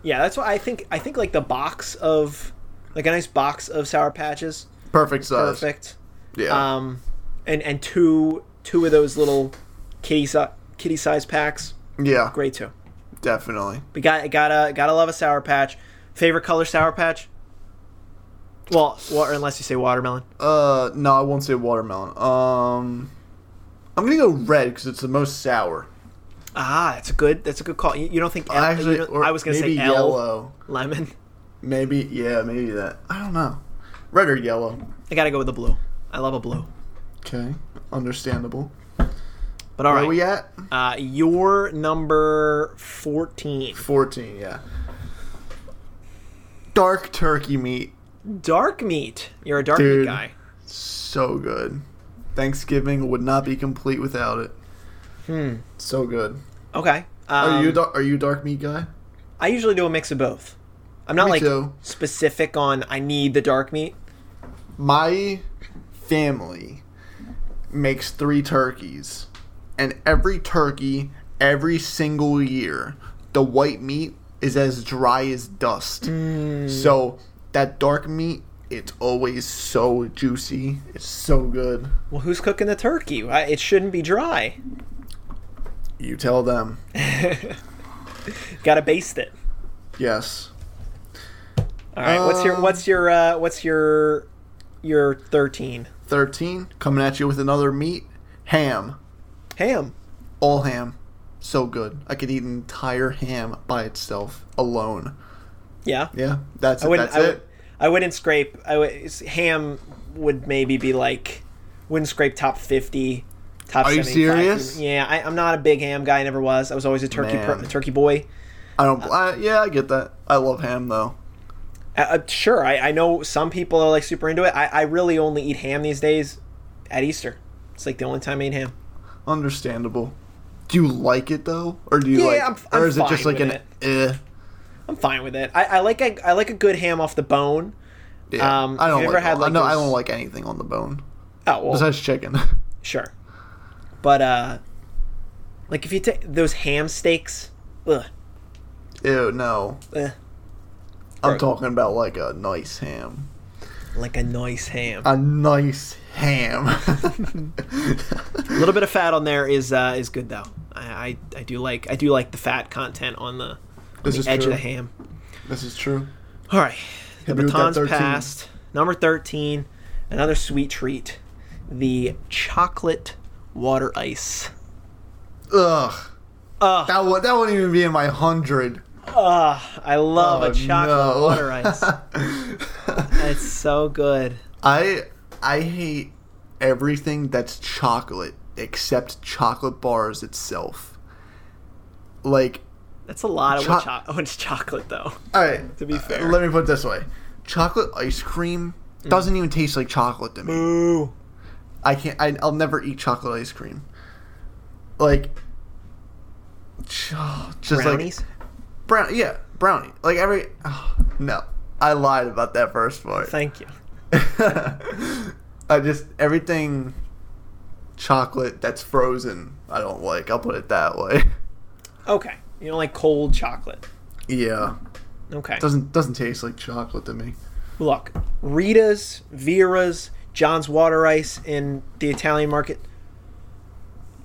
Speaker 1: Yeah, that's why I think I think like the box of like a nice box of sour patches,
Speaker 2: Perfect size.
Speaker 1: perfect.
Speaker 2: Yeah.
Speaker 1: Um, and and two two of those little kitty si- kitty size packs,
Speaker 2: yeah.
Speaker 1: Um, great too.
Speaker 2: Definitely.
Speaker 1: We got gotta gotta love a sour patch. Favorite color sour patch? Well, wa- or unless you say watermelon.
Speaker 2: Uh, no, I won't say watermelon. Um, I'm gonna go red because it's the most sour.
Speaker 1: Ah, that's a good. That's a good call. You, you don't think? L,
Speaker 2: I
Speaker 1: you
Speaker 2: actually,
Speaker 1: don't-
Speaker 2: or
Speaker 1: I was gonna say
Speaker 2: maybe
Speaker 1: L
Speaker 2: yellow.
Speaker 1: lemon.
Speaker 2: Maybe yeah, maybe that. I don't know. Red or yellow.
Speaker 1: I gotta go with the blue. I love a blue.
Speaker 2: Okay, understandable.
Speaker 1: But all
Speaker 2: Where
Speaker 1: right,
Speaker 2: we at?
Speaker 1: uh, your number fourteen,
Speaker 2: 14, yeah. Dark turkey meat.
Speaker 1: dark meat. You're a dark meat
Speaker 2: Dude.
Speaker 1: guy.
Speaker 2: So good. Thanksgiving would not be complete without it. Hmm. So good.
Speaker 1: Okay. Um,
Speaker 2: Are you da- are you a dark meat guy?
Speaker 1: I usually do a mix of both. I'm not
Speaker 2: Me
Speaker 1: like
Speaker 2: too.
Speaker 1: specific on I need the dark meat.
Speaker 2: My family makes three turkeys, and every turkey, every single year, the
Speaker 1: Mm.
Speaker 2: white meat is as dry as dust. So that dark meat it's always so juicy. It's so good.
Speaker 1: Well, who's cooking the turkey? Why- It shouldn't be dry.
Speaker 2: You tell them.
Speaker 1: Got to baste it.
Speaker 2: Yes.
Speaker 1: All right. what's your
Speaker 2: Um,
Speaker 1: what's your uh, what's your your thirteen
Speaker 2: 13 coming at you with another meat, ham,
Speaker 1: ham?
Speaker 2: all ham. So good. I could eat an entire ham by itself alone.
Speaker 1: Yeah.
Speaker 2: Yeah, that's it. That's
Speaker 1: I,
Speaker 2: it.
Speaker 1: would- I wouldn't scrape. I would, ham would maybe be like wouldn't scrape top fifty. Top
Speaker 2: Are you
Speaker 1: 75.
Speaker 2: serious?
Speaker 1: Yeah, I, I'm not a big ham guy. I never was. I was always a turkey per,
Speaker 2: Man.
Speaker 1: turkey boy.
Speaker 2: I don't. I, yeah, I get that. I love ham though.
Speaker 1: Uh, uh, sure, I, I know some people are like super into it. I, I really only eat ham these days at Easter. It's like the only time I eat ham.
Speaker 2: Understandable. Do you like it though, or do you
Speaker 1: Yeah,
Speaker 2: like,
Speaker 1: I'm- I'm
Speaker 2: or is it
Speaker 1: fine
Speaker 2: just like
Speaker 1: with
Speaker 2: an eh?
Speaker 1: I'm fine with it. I, I like a, I like a good ham off the bone.
Speaker 2: Yeah,
Speaker 1: Um,
Speaker 2: I
Speaker 1: have
Speaker 2: don't.
Speaker 1: you
Speaker 2: Like,
Speaker 1: ever had, like,
Speaker 2: no, I
Speaker 1: those-
Speaker 2: don't like anything on the bone
Speaker 1: Oh well,
Speaker 2: besides chicken.
Speaker 1: sure. But uh, like if you take those ham steaks, ugh,
Speaker 2: Ew, no.
Speaker 1: ugh,
Speaker 2: I'm
Speaker 1: Gross.
Speaker 2: talking about like a nice ham.
Speaker 1: like a nice ham.
Speaker 2: A nice ham.
Speaker 1: A little bit of fat on there is uh, is good though. I, I, I do like I do like the fat content on the, on
Speaker 2: This
Speaker 1: the
Speaker 2: is
Speaker 1: edge
Speaker 2: true.
Speaker 1: of the ham.
Speaker 2: this is true.
Speaker 1: All right, the
Speaker 2: me with that
Speaker 1: baton's
Speaker 2: 13.
Speaker 1: passed. Number thirteen, another sweet treat, the chocolate water ice.
Speaker 2: Ugh.
Speaker 1: Ugh.
Speaker 2: That would that wouldn't even be in my hundred.
Speaker 1: Ah, I love
Speaker 2: Oh,
Speaker 1: a chocolate
Speaker 2: no.
Speaker 1: water ice. it's so good.
Speaker 2: I I hate everything that's chocolate except chocolate bars itself. Like,
Speaker 1: That's a lot of
Speaker 2: Cho-
Speaker 1: what cho- oh, it's chocolate though.
Speaker 2: all right.
Speaker 1: To be fair. Mm.
Speaker 2: let me put it this way: chocolate ice cream doesn't even taste like chocolate to me.
Speaker 1: Ooh.
Speaker 2: I can't. I, I'll never eat chocolate ice cream. Like, cho- just
Speaker 1: Brownies.
Speaker 2: like brown. Yeah, brownie. Like every. Oh, no, I lied about that first part.
Speaker 1: Thank you.
Speaker 2: I just everything chocolate that's frozen. I don't like. I'll put it that way.
Speaker 1: Okay, you don't like cold chocolate.
Speaker 2: Yeah,
Speaker 1: Okay.
Speaker 2: doesn't doesn't taste like chocolate to me.
Speaker 1: Look, Rita's, Vera's, John's Water Ice in the Italian market.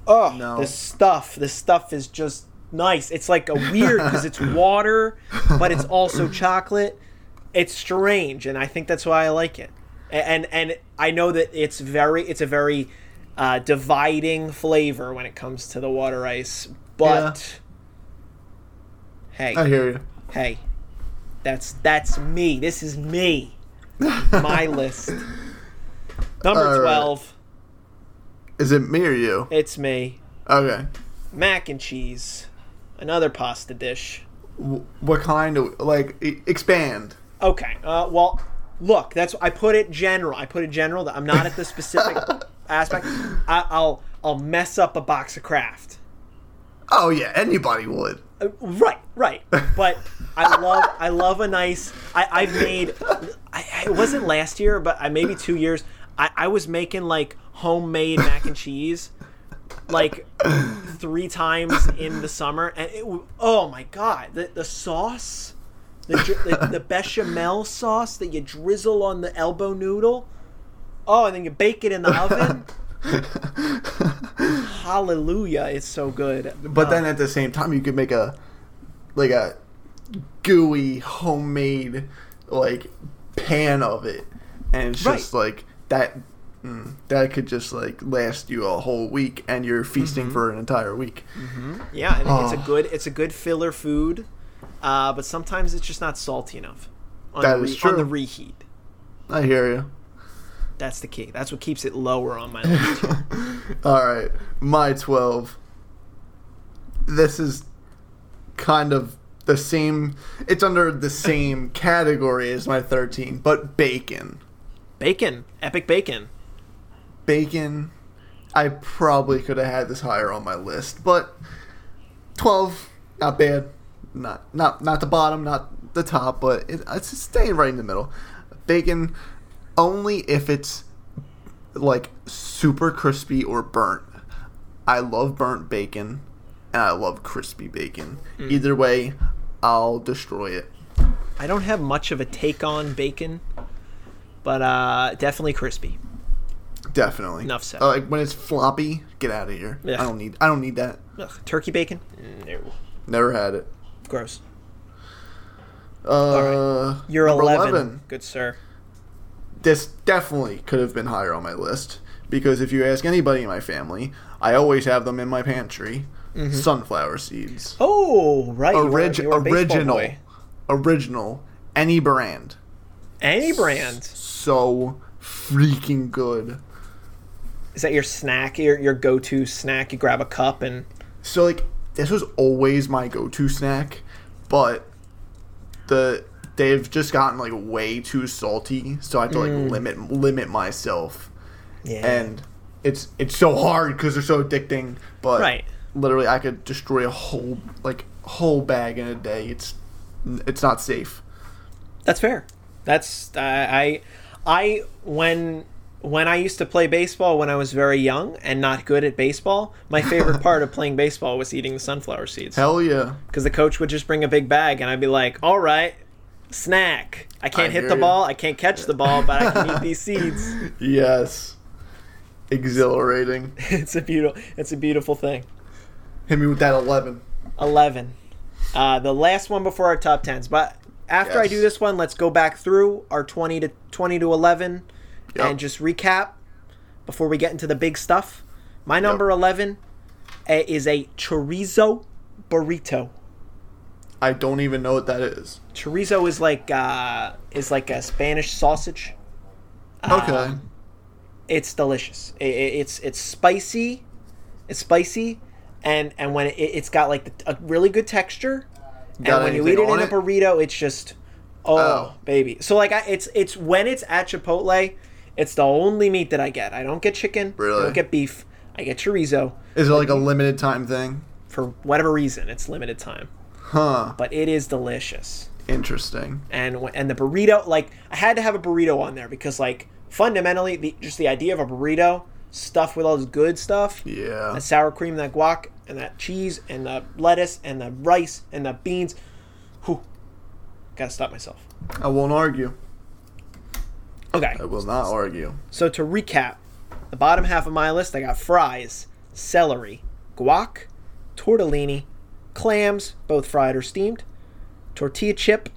Speaker 1: Oh,
Speaker 2: No.
Speaker 1: this stuff. This stuff is just nice. It's like a weird because it's water, but it's also chocolate. It's strange, and I think that's why I like it. A- And and I know that it's very it's a very uh, dividing flavor when it comes to the water ice, but hey,
Speaker 2: I hear you.
Speaker 1: hey that's that's me this is me my list number
Speaker 2: All right.
Speaker 1: 12
Speaker 2: Is it me or you?
Speaker 1: it's me
Speaker 2: Okay.
Speaker 1: mac and cheese another pasta dish
Speaker 2: W- what kind of like e- expand?
Speaker 1: okay uh, well look that's i put it general i put it general that i'm not at the specific aspect I, i'll i'll mess up a box of craft
Speaker 2: Oh yeah, anybody would.
Speaker 1: Uh, right right but i love i love a nice i i've made I, it wasn't last year but i maybe two years i i was making like homemade mac and cheese like three times in the summer and it w- oh my god the, the sauce the, dr- the the bechamel sauce that you drizzle on the elbow noodle oh and then you bake it in the oven hallelujah it's so good
Speaker 2: But then at the same time, you could make a like a gooey homemade like pan of it, and it's
Speaker 1: Right.
Speaker 2: just like that. Mm, that could just like last you a whole week, and you're feasting for an entire week.
Speaker 1: Yeah, I think it's
Speaker 2: Oh.
Speaker 1: a good it's a good filler food, uh, but sometimes it's just not salty enough. On
Speaker 2: That
Speaker 1: the
Speaker 2: is
Speaker 1: On the
Speaker 2: true.
Speaker 1: reheat,
Speaker 2: I hear you.
Speaker 1: that's the key. That's what keeps it lower on my list.
Speaker 2: All right, my 12. This is kind of the same, it's under the same category as my 13, but bacon.
Speaker 1: bacon, epic bacon.
Speaker 2: Bacon, I probably could have had this higher on my list, but 12, not bad. Not not not the bottom, not the top, but it, it's staying right in the middle. Bacon only if it's like super crispy or burnt. I love burnt bacon and I love crispy bacon.
Speaker 1: Mm.
Speaker 2: Either way, I'll destroy it.
Speaker 1: I don't have much of a take on bacon. But uh, definitely crispy.
Speaker 2: Definitely.
Speaker 1: Enough said.
Speaker 2: Uh, like when it's floppy, get out of here.
Speaker 1: Yeah.
Speaker 2: I don't need. I don't need that.
Speaker 1: Ugh, turkey bacon? No.
Speaker 2: Never had it.
Speaker 1: Gross.
Speaker 2: Uh,
Speaker 1: right. You're
Speaker 2: number
Speaker 1: 11. Good sir.
Speaker 2: This definitely could have been higher on my list because if you ask anybody in my family, I always have them in my pantry. Sunflower seeds.
Speaker 1: Oh, right. Mm-hmm. you were-
Speaker 2: Orig-
Speaker 1: you were a baseball
Speaker 2: original.
Speaker 1: boy.
Speaker 2: Original. Any brand.
Speaker 1: Any brand.
Speaker 2: So freaking good.
Speaker 1: Is that your snack, your, your go to snack? You grab a cup and.
Speaker 2: So like this was always my go-to snack, but the they've just gotten like way too salty, so I have to like
Speaker 1: Mm.
Speaker 2: limit limit myself,
Speaker 1: Yeah.
Speaker 2: and it's it's so hard because they're so addicting. But
Speaker 1: Right.
Speaker 2: literally, I could destroy a whole like whole bag in a day. It's it's not safe.
Speaker 1: That's fair. That's I I I when when I used to play baseball when I was very young and not good at baseball, my favorite part of playing baseball was eating the sunflower seeds
Speaker 2: Hell yeah!
Speaker 1: because the coach would just bring a big bag and I'd be like, "All right, snack. I can't
Speaker 2: I
Speaker 1: hit
Speaker 2: hear
Speaker 1: the
Speaker 2: you.
Speaker 1: ball, I can't catch the ball, but I can eat these seeds."
Speaker 2: Yes, exhilarating.
Speaker 1: It's a beautiful it's a beautiful thing.
Speaker 2: Hit me with that eleven.
Speaker 1: 11. Uh, the last one before our top 10s. But after I
Speaker 2: Yes.
Speaker 1: do this one, let's go back through our 20 to 20 to 11
Speaker 2: Yep.
Speaker 1: and just recap before we get into the big stuff. My number 11 uh, is a chorizo burrito.
Speaker 2: I don't even know what that is.
Speaker 1: Chorizo is like uh, is like a Spanish sausage. Um,
Speaker 2: Okay.
Speaker 1: It's delicious. I i it's it's spicy, it's spicy, and and when it, it's got like the, a really good texture,
Speaker 2: Got
Speaker 1: and when you eat
Speaker 2: anything
Speaker 1: it in
Speaker 2: on
Speaker 1: a
Speaker 2: it?
Speaker 1: burrito, it's just oh,
Speaker 2: Oh.
Speaker 1: baby. So like I, it's it's when it's at Chipotle, it's the only meat that I get. I don't get chicken. I
Speaker 2: Really?
Speaker 1: don't get beef. I get chorizo
Speaker 2: Is it like a limited time thing?
Speaker 1: for whatever reason. It's limited time,
Speaker 2: Huh.
Speaker 1: but it is delicious.
Speaker 2: Interesting.
Speaker 1: and wh- and the burrito like I had to have a burrito on there because like fundamentally the just the idea of a burrito stuffed with all this good stuff
Speaker 2: Yeah.
Speaker 1: that sour cream that guac and that cheese and the lettuce and the rice and the beans whew gotta stop myself
Speaker 2: I won't argue.
Speaker 1: okay
Speaker 2: I will not argue.
Speaker 1: so to recap the bottom half of my list I got fries celery guac tortellini clams both fried or steamed tortilla chip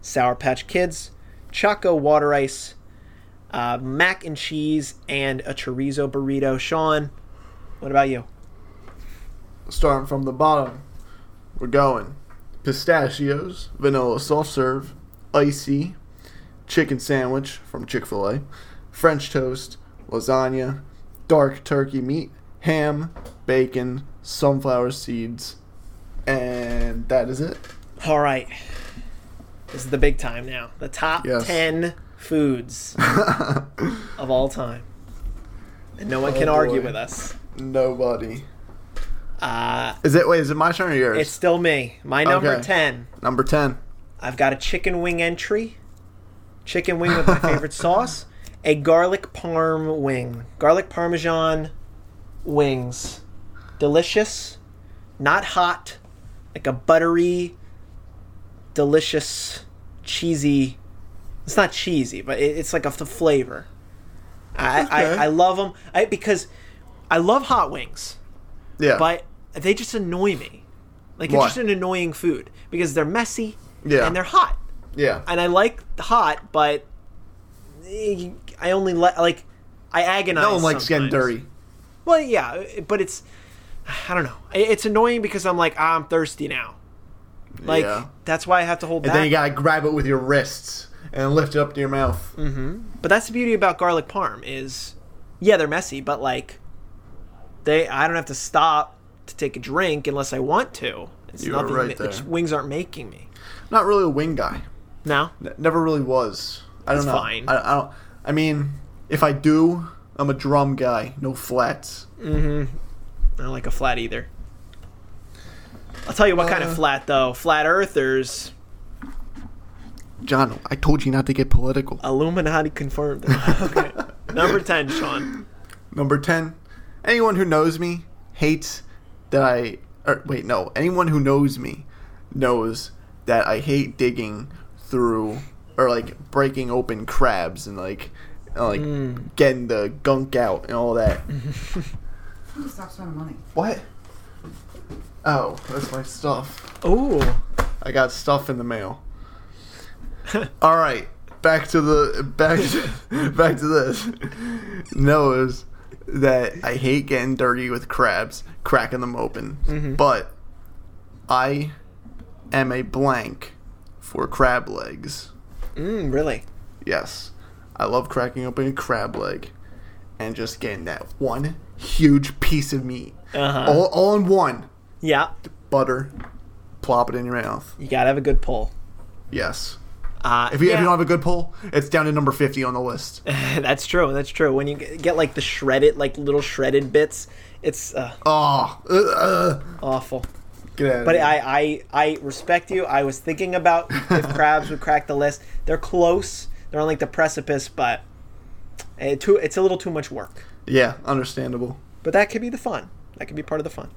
Speaker 1: sour patch kids choco water ice uh, mac and cheese and a chorizo burrito. Sean, what about you?
Speaker 2: Starting from the bottom, we're going pistachios, vanilla soft serve, icy, chicken sandwich from Chick fil A, French toast, lasagna, dark turkey meat, ham, bacon, sunflower seeds, and that is it.
Speaker 1: All right. This is the big time now. The top
Speaker 2: Yes.
Speaker 1: 10 foods of all time. And no one
Speaker 2: Oh,
Speaker 1: can argue
Speaker 2: boy.
Speaker 1: with us.
Speaker 2: Nobody.
Speaker 1: Uh,
Speaker 2: Is it? Wait, is it my turn or yours?
Speaker 1: it's still me. My number
Speaker 2: Okay.
Speaker 1: 10.
Speaker 2: number 10.
Speaker 1: I've got a chicken wing entry, chicken wing with my favorite sauce, a garlic parm wing, garlic parmesan wings, delicious, not hot, like a buttery, delicious, cheesy. It's not cheesy, but it, it's like a f- flavor. I,
Speaker 2: Okay.
Speaker 1: I, I love them I, because I love hot wings
Speaker 2: Yeah.
Speaker 1: but they just annoy me. Like
Speaker 2: Why?
Speaker 1: it's just an annoying food because they're messy
Speaker 2: Yeah.
Speaker 1: and they're hot,
Speaker 2: yeah.
Speaker 1: and I like hot, but eh, I only like like I agonize.
Speaker 2: no one likes getting
Speaker 1: sometimes.
Speaker 2: dirty.
Speaker 1: Well, yeah, eh, but it's I don't know. It- It's annoying because I'm like ah, I'm thirsty now. Like
Speaker 2: Yeah.
Speaker 1: that's why I have to hold
Speaker 2: And
Speaker 1: back.
Speaker 2: then you gotta grab it with your wrists and lift it up to your mouth.
Speaker 1: Mm. but that's the beauty about garlic parm is, yeah, they're messy, but like they I don't have to stop to take a drink unless I want to. It's
Speaker 2: You are
Speaker 1: nothing
Speaker 2: right
Speaker 1: that- the
Speaker 2: there.
Speaker 1: wings aren't making me.
Speaker 2: Not really a wing guy.
Speaker 1: No.
Speaker 2: N- Never really was. I don't
Speaker 1: It's
Speaker 2: know.
Speaker 1: fine.
Speaker 2: I, I don't. I mean, if I do, I'm a drum guy. No flats.
Speaker 1: I don't like a flat either. I'll tell you what kind of
Speaker 2: Uh,
Speaker 1: flat though. Flat earthers,
Speaker 2: John, I told you not to get political.
Speaker 1: Illuminati confirmed. okay. Number ten, Sean.
Speaker 2: Number ten. Anyone who knows me hates that I. Or wait, no. Anyone who knows me knows that I hate digging through or like breaking open crabs and like and, like getting the gunk out and all that.
Speaker 3: Please stop spending money.
Speaker 2: what? Oh, that's my stuff.
Speaker 1: Oh,
Speaker 2: I got stuff in the mail. all right, back to the back to, back to this. Knows that I hate getting dirty with crabs, cracking them open, but I am a blank for crab legs.
Speaker 1: mm, really?
Speaker 2: Yes. I love cracking open a crab leg and just getting that one huge piece of meat.
Speaker 1: Uh-huh.
Speaker 2: All, all in one.
Speaker 1: Yeah,
Speaker 2: Butter. Plop it in your mouth.
Speaker 1: you gotta have a good pull.
Speaker 2: Yes.
Speaker 1: Uh,
Speaker 2: If you, if
Speaker 1: yeah.
Speaker 2: you don't have a good pull, it's down to number 50 on the list.
Speaker 1: that's true. That's true. When you g- get like the shredded, like little shredded bits, it's uh,
Speaker 2: Oh. uh, uh,
Speaker 1: awful.
Speaker 2: get out of
Speaker 1: But
Speaker 2: here.
Speaker 1: I, I, I respect you. I was thinking about if crabs would crack the list. They're close. They're on like the precipice, but it too, it's a little too much work.
Speaker 2: Yeah, understandable.
Speaker 1: But that could be the fun. That could be part of the fun.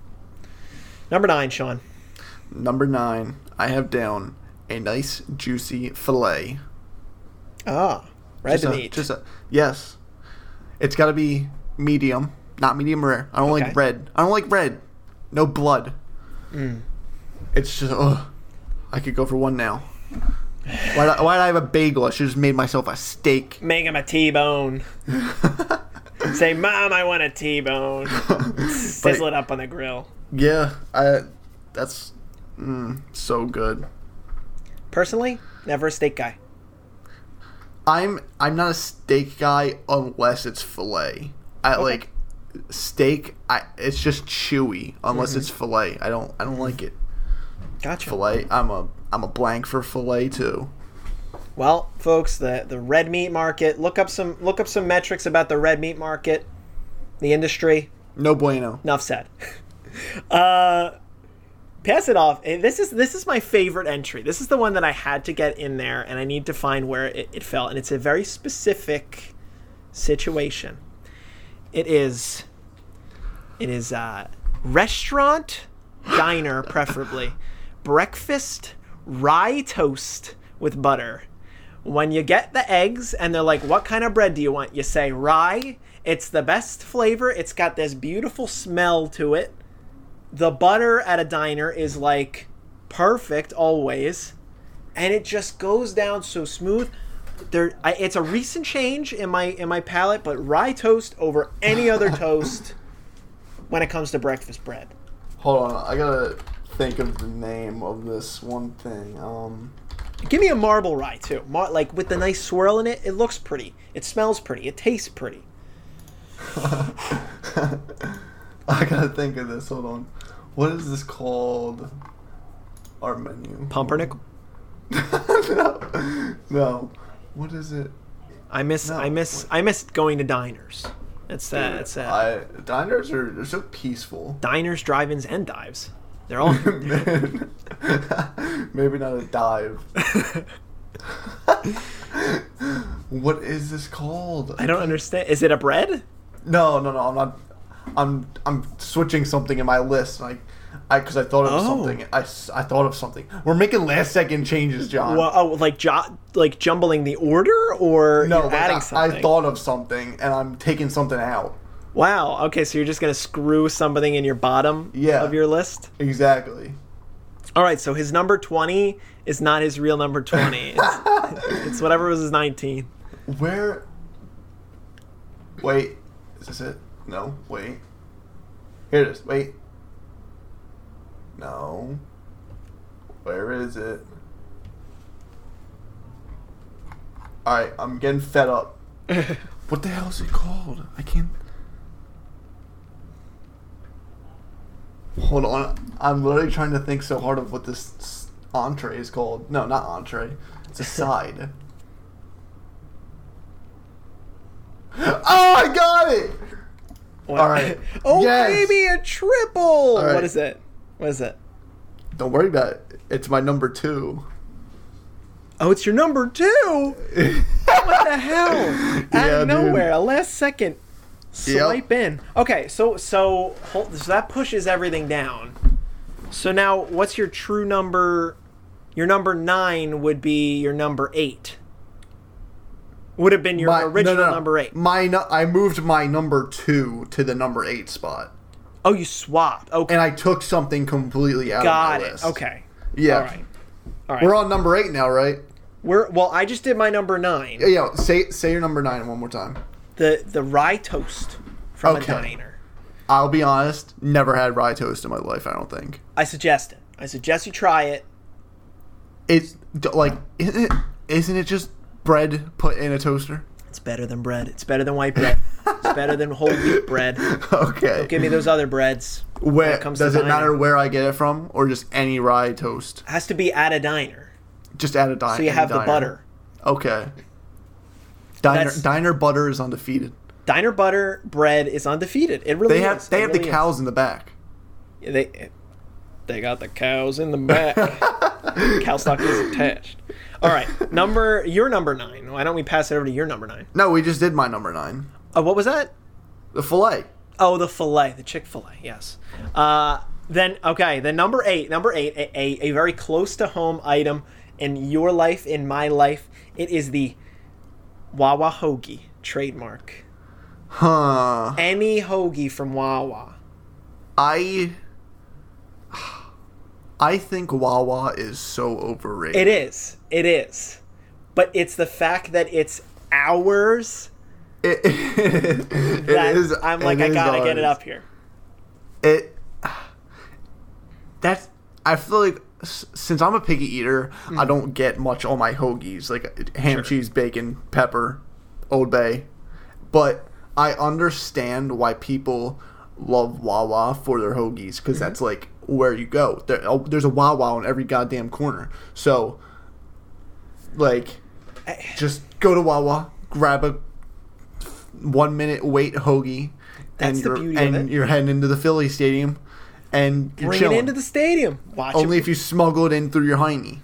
Speaker 1: Number nine, Sean.
Speaker 2: Number 9, I have down a nice juicy fillet.
Speaker 1: Ah, red
Speaker 2: Just
Speaker 1: to
Speaker 2: a-
Speaker 1: meat.
Speaker 2: Just a, yes. It's got to be medium, not medium rare. I don't
Speaker 1: Okay.
Speaker 2: like red. I don't like red. No blood.
Speaker 1: Mm.
Speaker 2: It's just, ugh. I could go for one now. Why did, I, why did I have a bagel? I should have just made myself a steak.
Speaker 1: Make him a T-bone. Say, Mom, I want a T-bone. Sizzle it up on the grill.
Speaker 2: Yeah, I. That's mm, so good.
Speaker 1: Personally, never a steak guy.
Speaker 2: I'm I'm not a steak guy unless it's filet. I like steak. I it's just chewy unless it's filet. I don't I don't like it.
Speaker 1: Gotcha.
Speaker 2: fillet. I'm a I'm a blank for fillet too.
Speaker 1: Well, folks, the the red meat market. Look up some look up some metrics about the red meat market, the industry.
Speaker 2: No bueno.
Speaker 1: Enough said. uh, pass it off. Eh, This is this is my favorite entry. This is the one that I had to get in there, and I need to find where it, it fell. And it's a very specific situation. It is. It is uh, restaurant diner preferably, breakfast rye toast with butter. When you get the eggs and they're like, "What kind of bread do you want?" You say rye. It's the best flavor. It's got this beautiful smell to it the butter at a diner is like perfect always and it just goes down so smooth there I, it's a recent change in my in my palate but rye toast over any other toast when it comes to breakfast bread
Speaker 2: Hold on, I gotta think of the name of this one thing. Um,
Speaker 1: give me a marble rye too Mar- like with the nice swirl in it it looks pretty it smells pretty it tastes pretty
Speaker 2: I gotta think of this. Hold on, what is this called? Our menu.
Speaker 1: pumpernickel
Speaker 2: no, no. What is it?
Speaker 1: i miss i
Speaker 2: No.
Speaker 1: miss i miss going to diners that's that that's that
Speaker 2: I diners are they're so peaceful.
Speaker 1: diners drive-ins and dives they're all
Speaker 2: Maybe not a dive. what is this called?
Speaker 1: i don't understand is it a bread
Speaker 2: No, no, no. I'm not. I'm I'm switching something in my list. Like, I because I thought of
Speaker 1: Oh.
Speaker 2: something. I, s- I thought of something. We're making last second changes, John.
Speaker 1: Well, oh, like jo- like jumbling the order, or
Speaker 2: no,
Speaker 1: you're
Speaker 2: like,
Speaker 1: adding
Speaker 2: I,
Speaker 1: something.
Speaker 2: I thought of something and I'm taking something out.
Speaker 1: Wow. Okay, so you're just gonna screw something in your bottom
Speaker 2: Yeah.
Speaker 1: of your list.
Speaker 2: Exactly.
Speaker 1: All right. So his number twenty is not his real number twenty. It's, it's whatever was his nineteen.
Speaker 2: Where? Wait, is this it? No, wait. Here it is. Wait. No. Where is it? Alright, I'm getting fed up. what the hell is it called? I can't. Hold on. I'm literally trying to think so hard of what this s- entree is called. No, not entree. It's a side. oh, I got it!
Speaker 1: What-
Speaker 2: All right.
Speaker 1: oh,
Speaker 2: Yes.
Speaker 1: baby, a triple.
Speaker 2: right.
Speaker 1: What is it? What is it?
Speaker 2: Don't worry about it. It's my number two.
Speaker 1: Oh, it's your number two. what the hell? Out
Speaker 2: Yeah,
Speaker 1: of
Speaker 2: dude.
Speaker 1: nowhere, a last second
Speaker 2: Yep.
Speaker 1: swipe in. Okay, so so hold, so that pushes everything down. So now, what's your true number? Your number nine would be your number eight. would have been your
Speaker 2: My- no,
Speaker 1: original
Speaker 2: no, no.
Speaker 1: number eight.
Speaker 2: My nu- I moved my number two to the number eight spot,
Speaker 1: Oh, you swapped. Okay,
Speaker 2: and I took something completely out of
Speaker 1: got
Speaker 2: my
Speaker 1: it.
Speaker 2: list.
Speaker 1: Okay,
Speaker 2: Yeah.
Speaker 1: all right, all right.
Speaker 2: We're on number eight now, right?
Speaker 1: We're well. I just did my number nine.
Speaker 2: Yeah. Say say your number nine one more time.
Speaker 1: The the rye toast from
Speaker 2: Okay.
Speaker 1: a diner.
Speaker 2: I'll be honest. Never had rye toast in my life. I don't think
Speaker 1: I suggest it. I suggest you try it.
Speaker 2: it's d- like isn't it, isn't it just bread put in a toaster?
Speaker 1: It's better than bread. It's better than white bread. it's better than whole wheat bread.
Speaker 2: Okay.
Speaker 1: Give me those other breads.
Speaker 2: where
Speaker 1: it comes to
Speaker 2: does it
Speaker 1: dining.
Speaker 2: matter where I get it from, or just any rye toast?
Speaker 1: Has to be at a diner.
Speaker 2: Just add a diner.
Speaker 1: So you have the butter.
Speaker 2: Okay. Diner
Speaker 1: That's-
Speaker 2: diner butter is undefeated.
Speaker 1: Diner butter bread is undefeated. It really
Speaker 2: They have
Speaker 1: is.
Speaker 2: they
Speaker 1: It
Speaker 2: have
Speaker 1: really
Speaker 2: the
Speaker 1: is.
Speaker 2: cows in the back.
Speaker 1: Yeah, They they got the cows in the back. Cow stock is attached. All right, number your number nine. Why don't we pass it over to your number nine?
Speaker 2: No, we just did my number nine,
Speaker 1: Oh, what was that?
Speaker 2: the fillet.
Speaker 1: Oh, the fillet, the Chick Fil A. Yes. Uh, then okay, then number eight, number eight, a, a, a very close to home item in your life, in my life. It is the Wawa hoagie trademark.
Speaker 2: Huh.
Speaker 1: Any hoagie from Wawa.
Speaker 2: I I think Wawa is so overrated.
Speaker 1: It is. It is. But it's the fact that it's ours
Speaker 2: It, it
Speaker 1: that
Speaker 2: is-
Speaker 1: I'm
Speaker 2: it
Speaker 1: like, I
Speaker 2: is
Speaker 1: gotta get it
Speaker 2: ours.
Speaker 1: up here.
Speaker 2: It that's I feel like s- since I'm a picky eater,
Speaker 1: Mm.
Speaker 2: I don't get much on my hoagies like uh, ham, cheese, bacon, pepper, Old Bay. But I understand why people love Wawa for their hoagies because
Speaker 1: Mm-hmm.
Speaker 2: that's like where you go. There, oh, there's a Wawa on every goddamn corner. So, like, just go to Wawa, grab a one minute wait hoagie,
Speaker 1: That's
Speaker 2: and
Speaker 1: the
Speaker 2: you're
Speaker 1: beauty of
Speaker 2: and
Speaker 1: it.
Speaker 2: you're heading into the Philly stadium, and you're
Speaker 1: Bring
Speaker 2: chilling.
Speaker 1: it into the stadium. Watch
Speaker 2: Only
Speaker 1: it.
Speaker 2: if you smuggle it in through your hiney.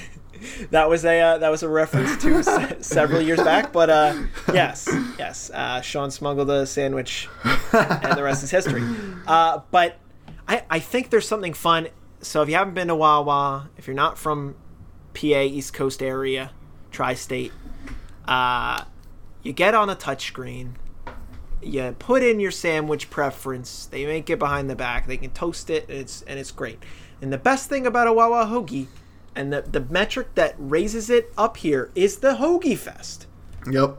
Speaker 1: that was a uh, that was a reference to se- several years back, but uh, yes, yes. Uh, Sean smuggled a sandwich, and the rest is history. Uh, but I, I think there's something fun. So if you haven't been to Wawa, if you're not from PA East Coast area, tri-state, uh, you get on a touchscreen. You put in your sandwich preference. They make it behind the back. They can toast it, and it's and it's great. And the best thing about a Wawa hoagie, and the the metric that raises it up here is the hoagie fest.
Speaker 2: Yep.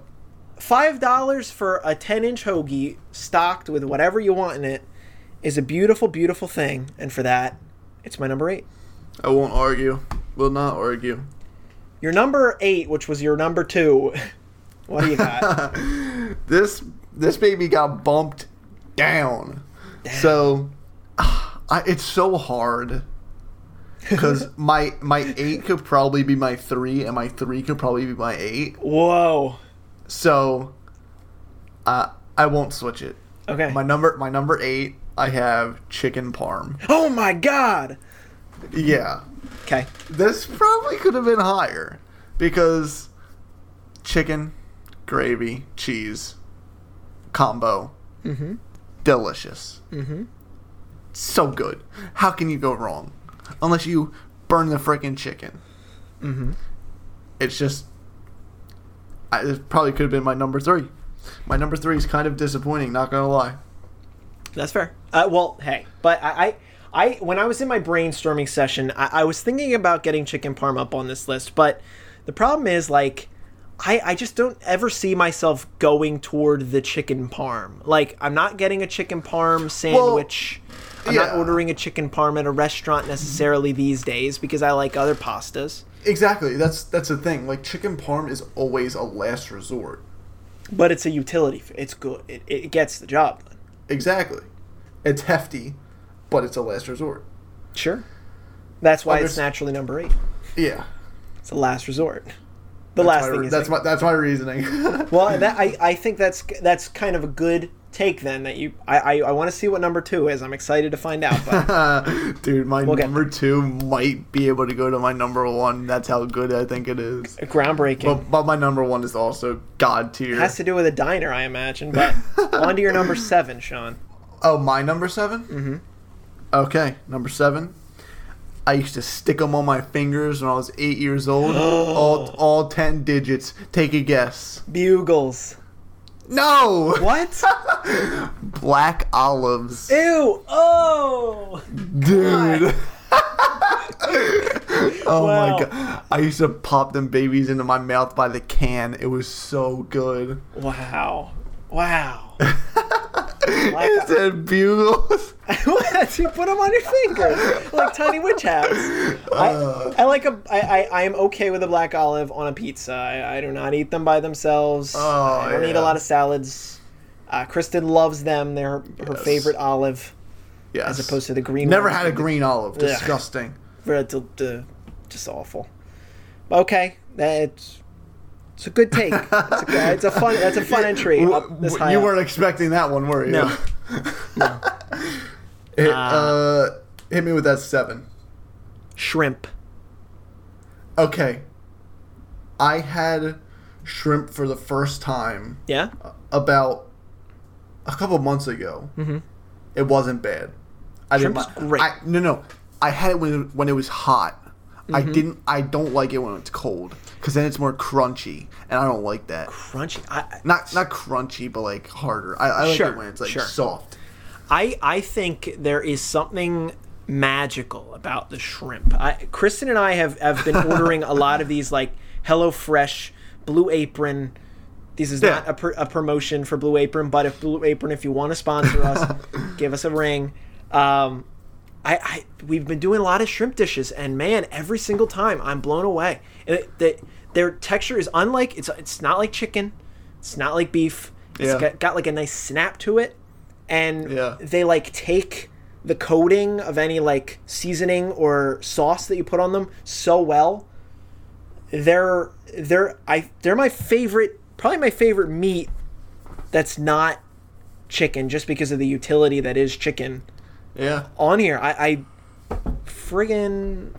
Speaker 1: Five dollars for a ten inch hoagie stocked with whatever you want in it is a beautiful, beautiful thing. And for that, it's my number eight.
Speaker 2: I won't argue. Will not argue.
Speaker 1: Your number eight, which was your number two. What do you got?
Speaker 2: This this baby got bumped down. So I, it's so hard because my my eight could probably be my three, and my three could probably be my eight.
Speaker 1: Whoa.
Speaker 2: So uh, I won't switch it.
Speaker 1: Okay.
Speaker 2: My number my number eight. I have chicken parm.
Speaker 1: oh my god.
Speaker 2: Yeah.
Speaker 1: Okay.
Speaker 2: This probably could have been higher because chicken, gravy, cheese combo.
Speaker 1: Mm-hmm.
Speaker 2: Delicious.
Speaker 1: Mhm.
Speaker 2: So good. How can you go wrong? Unless you burn the freaking chicken.
Speaker 1: Mm-hmm.
Speaker 2: It's just. I, it probably could have been my number three. My number three is kind of disappointing, not gonna lie.
Speaker 1: That's fair. Uh, well, hey, but I, I, I, when I was in my brainstorming session, I, I was thinking about getting chicken parm up on this list, but the problem is like, I, I just don't ever see myself going toward the chicken parm. Like, I'm not getting a chicken parm sandwich. I'm not
Speaker 2: yeah.
Speaker 1: ordering a chicken parm at a restaurant necessarily these days because I like other pastas.
Speaker 2: Exactly. That's that's the thing. Like chicken parm is always a last resort.
Speaker 1: But it's a utility. f- It's good. It, it gets the job done.
Speaker 2: Exactly. It's hefty, but it's a last resort.
Speaker 1: Sure. That's why it's
Speaker 2: Unders-
Speaker 1: naturally number eight.
Speaker 2: Yeah.
Speaker 1: It's the last resort. The
Speaker 2: That's
Speaker 1: last
Speaker 2: my
Speaker 1: thing
Speaker 2: re-
Speaker 1: is
Speaker 2: that's
Speaker 1: like-
Speaker 2: my that's my reasoning.
Speaker 1: Well, that, I, I think that's that's kind of a good take then. That you, I, I, I want to see what number two is. I'm excited to find out. But
Speaker 2: Uh, Dude, my
Speaker 1: get
Speaker 2: number two might be able to go to my number one. That's how good I think it is.
Speaker 1: groundbreaking
Speaker 2: But, but my number one is also god tier.
Speaker 1: has to do with a diner, I imagine. But on to your number seven, Sean.
Speaker 2: oh, my number 7 Mm-hmm. Okay, number seven. I used to stick them on my fingers when I was eight years old. all, all ten digits. Take a guess.
Speaker 1: Bugles.
Speaker 2: No.
Speaker 1: What?
Speaker 2: Black olives,
Speaker 1: Ew. Oh.
Speaker 2: dude. oh
Speaker 1: Wow.
Speaker 2: my god! I used to pop them babies into my mouth by the can. It was so good.
Speaker 1: Wow. Wow.
Speaker 2: it said bugles.
Speaker 1: what? You put them on your fingers like tiny witch hats.
Speaker 2: Uh,
Speaker 1: I, I like a. I, I, I am okay with a black olive on a pizza. I, I do not eat them by themselves.
Speaker 2: Oh,
Speaker 1: I don't eat
Speaker 2: yeah.
Speaker 1: a lot of salads. Uh, Kristen loves them. They're her, her
Speaker 2: Yes.
Speaker 1: favorite olive,
Speaker 2: Yes.
Speaker 1: as opposed to the green.
Speaker 2: Never
Speaker 1: ones.
Speaker 2: had a green olive.
Speaker 1: Yeah.
Speaker 2: Disgusting.
Speaker 1: Very- d- d- just awful. Okay, that's. It's a good take. It's a, it's a fun. That's a fun entry.
Speaker 2: W-
Speaker 1: Up this
Speaker 2: w-
Speaker 1: high
Speaker 2: you
Speaker 1: up.
Speaker 2: weren't expecting that one, were you?
Speaker 1: No. Ah.
Speaker 2: It, uh, hit me with that seven.
Speaker 1: shrimp.
Speaker 2: Okay. I had shrimp for the first time
Speaker 1: Yeah.
Speaker 2: about a couple months ago. Mm-hmm. It wasn't bad. I
Speaker 1: Shrimp
Speaker 2: didn't
Speaker 1: is
Speaker 2: mi-
Speaker 1: great.
Speaker 2: I, no, no. I had it when when it was hot. I
Speaker 1: Mm-hmm.
Speaker 2: didn't. I don't like it when it's cold because then it's more crunchy, and I don't like that.
Speaker 1: Crunchy. I,
Speaker 2: Not not crunchy, but like harder. I, I like
Speaker 1: Sure,
Speaker 2: it when it's like
Speaker 1: sure.
Speaker 2: soft.
Speaker 1: I I think there is something magical about the shrimp. I, Kristen and I have have been ordering a lot of these like HelloFresh, Blue Apron. This is
Speaker 2: Yeah.
Speaker 1: not a, pr- a promotion for Blue Apron, but if Blue Apron, if you want to sponsor us, give us a ring. Um, I, I we've been doing a lot of shrimp dishes, and man, every single time I'm blown away. And it, the, their texture is unlike it's it's not like chicken, it's not like beef. It's
Speaker 2: Yeah.
Speaker 1: got, got like a nice snap to it, and
Speaker 2: Yeah.
Speaker 1: they like take the coating of any like seasoning or sauce that you put on them so well. They're they're I they're my favorite, probably my favorite meat that's not chicken, just because of the utility that is chicken
Speaker 2: Yeah,
Speaker 1: on here. I, I friggin'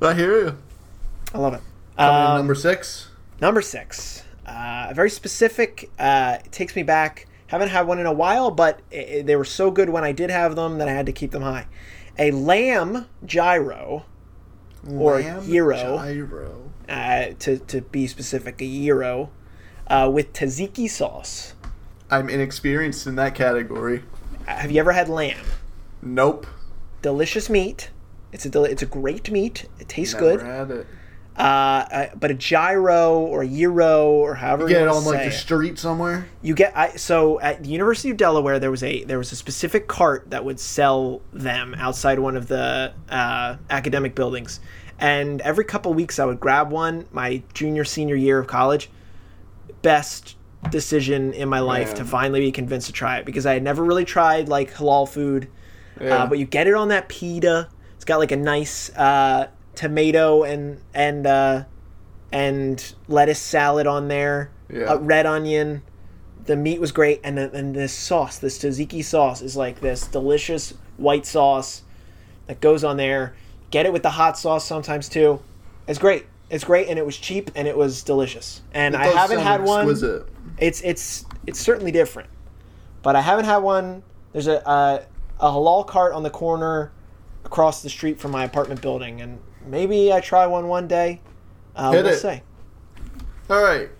Speaker 2: I hear you.
Speaker 1: I love it.
Speaker 2: Coming in
Speaker 1: Um,
Speaker 2: number six.
Speaker 1: number six, uh, very specific. Uh, it takes me back. Haven't had one in a while, but i i- they were so good when I did have them that I had to keep them high. A lamb gyro, or
Speaker 2: Lamb
Speaker 1: gyro.
Speaker 2: gyro.
Speaker 1: uh, to to be specific, a gyro uh, with tzatziki sauce.
Speaker 2: I'm inexperienced in that category.
Speaker 1: Uh, Have you ever had lamb?
Speaker 2: Nope.
Speaker 1: Delicious meat. It's a deli- it's a great meat. It tastes
Speaker 2: Never
Speaker 1: good.
Speaker 2: had it.
Speaker 1: Uh, uh, but a gyro or a gyro or however you
Speaker 2: Get it
Speaker 1: wanna
Speaker 2: on like
Speaker 1: say
Speaker 2: the
Speaker 1: it.
Speaker 2: street somewhere.
Speaker 1: you get I, so at the University of Delaware there was a there was a specific cart that would sell them outside one of the uh, academic buildings, and every couple weeks I would grab one. My junior senior year of college, best decision in my life
Speaker 2: Yeah.
Speaker 1: to finally be convinced to try it because I had never really tried like halal food,
Speaker 2: Yeah.
Speaker 1: uh, but you get it on that pita. It's got like a nice uh, tomato and and uh, and lettuce salad on there.
Speaker 2: Yeah.
Speaker 1: A red onion the meat was great, and then and this sauce, this tzatziki sauce, is like this delicious white sauce that goes on there. Get it with the hot sauce sometimes too. It's great. It's great, and it was cheap, and it was delicious. And I
Speaker 2: Does
Speaker 1: haven't
Speaker 2: sound
Speaker 1: had one.
Speaker 2: exquisite.
Speaker 1: It's it's it's certainly different, but I haven't had one. There's a a, a halal cart on the corner across the street from my apartment building, and maybe I try one one day. Uh,
Speaker 2: Hit
Speaker 1: we'll
Speaker 2: it.
Speaker 1: see.
Speaker 2: All right.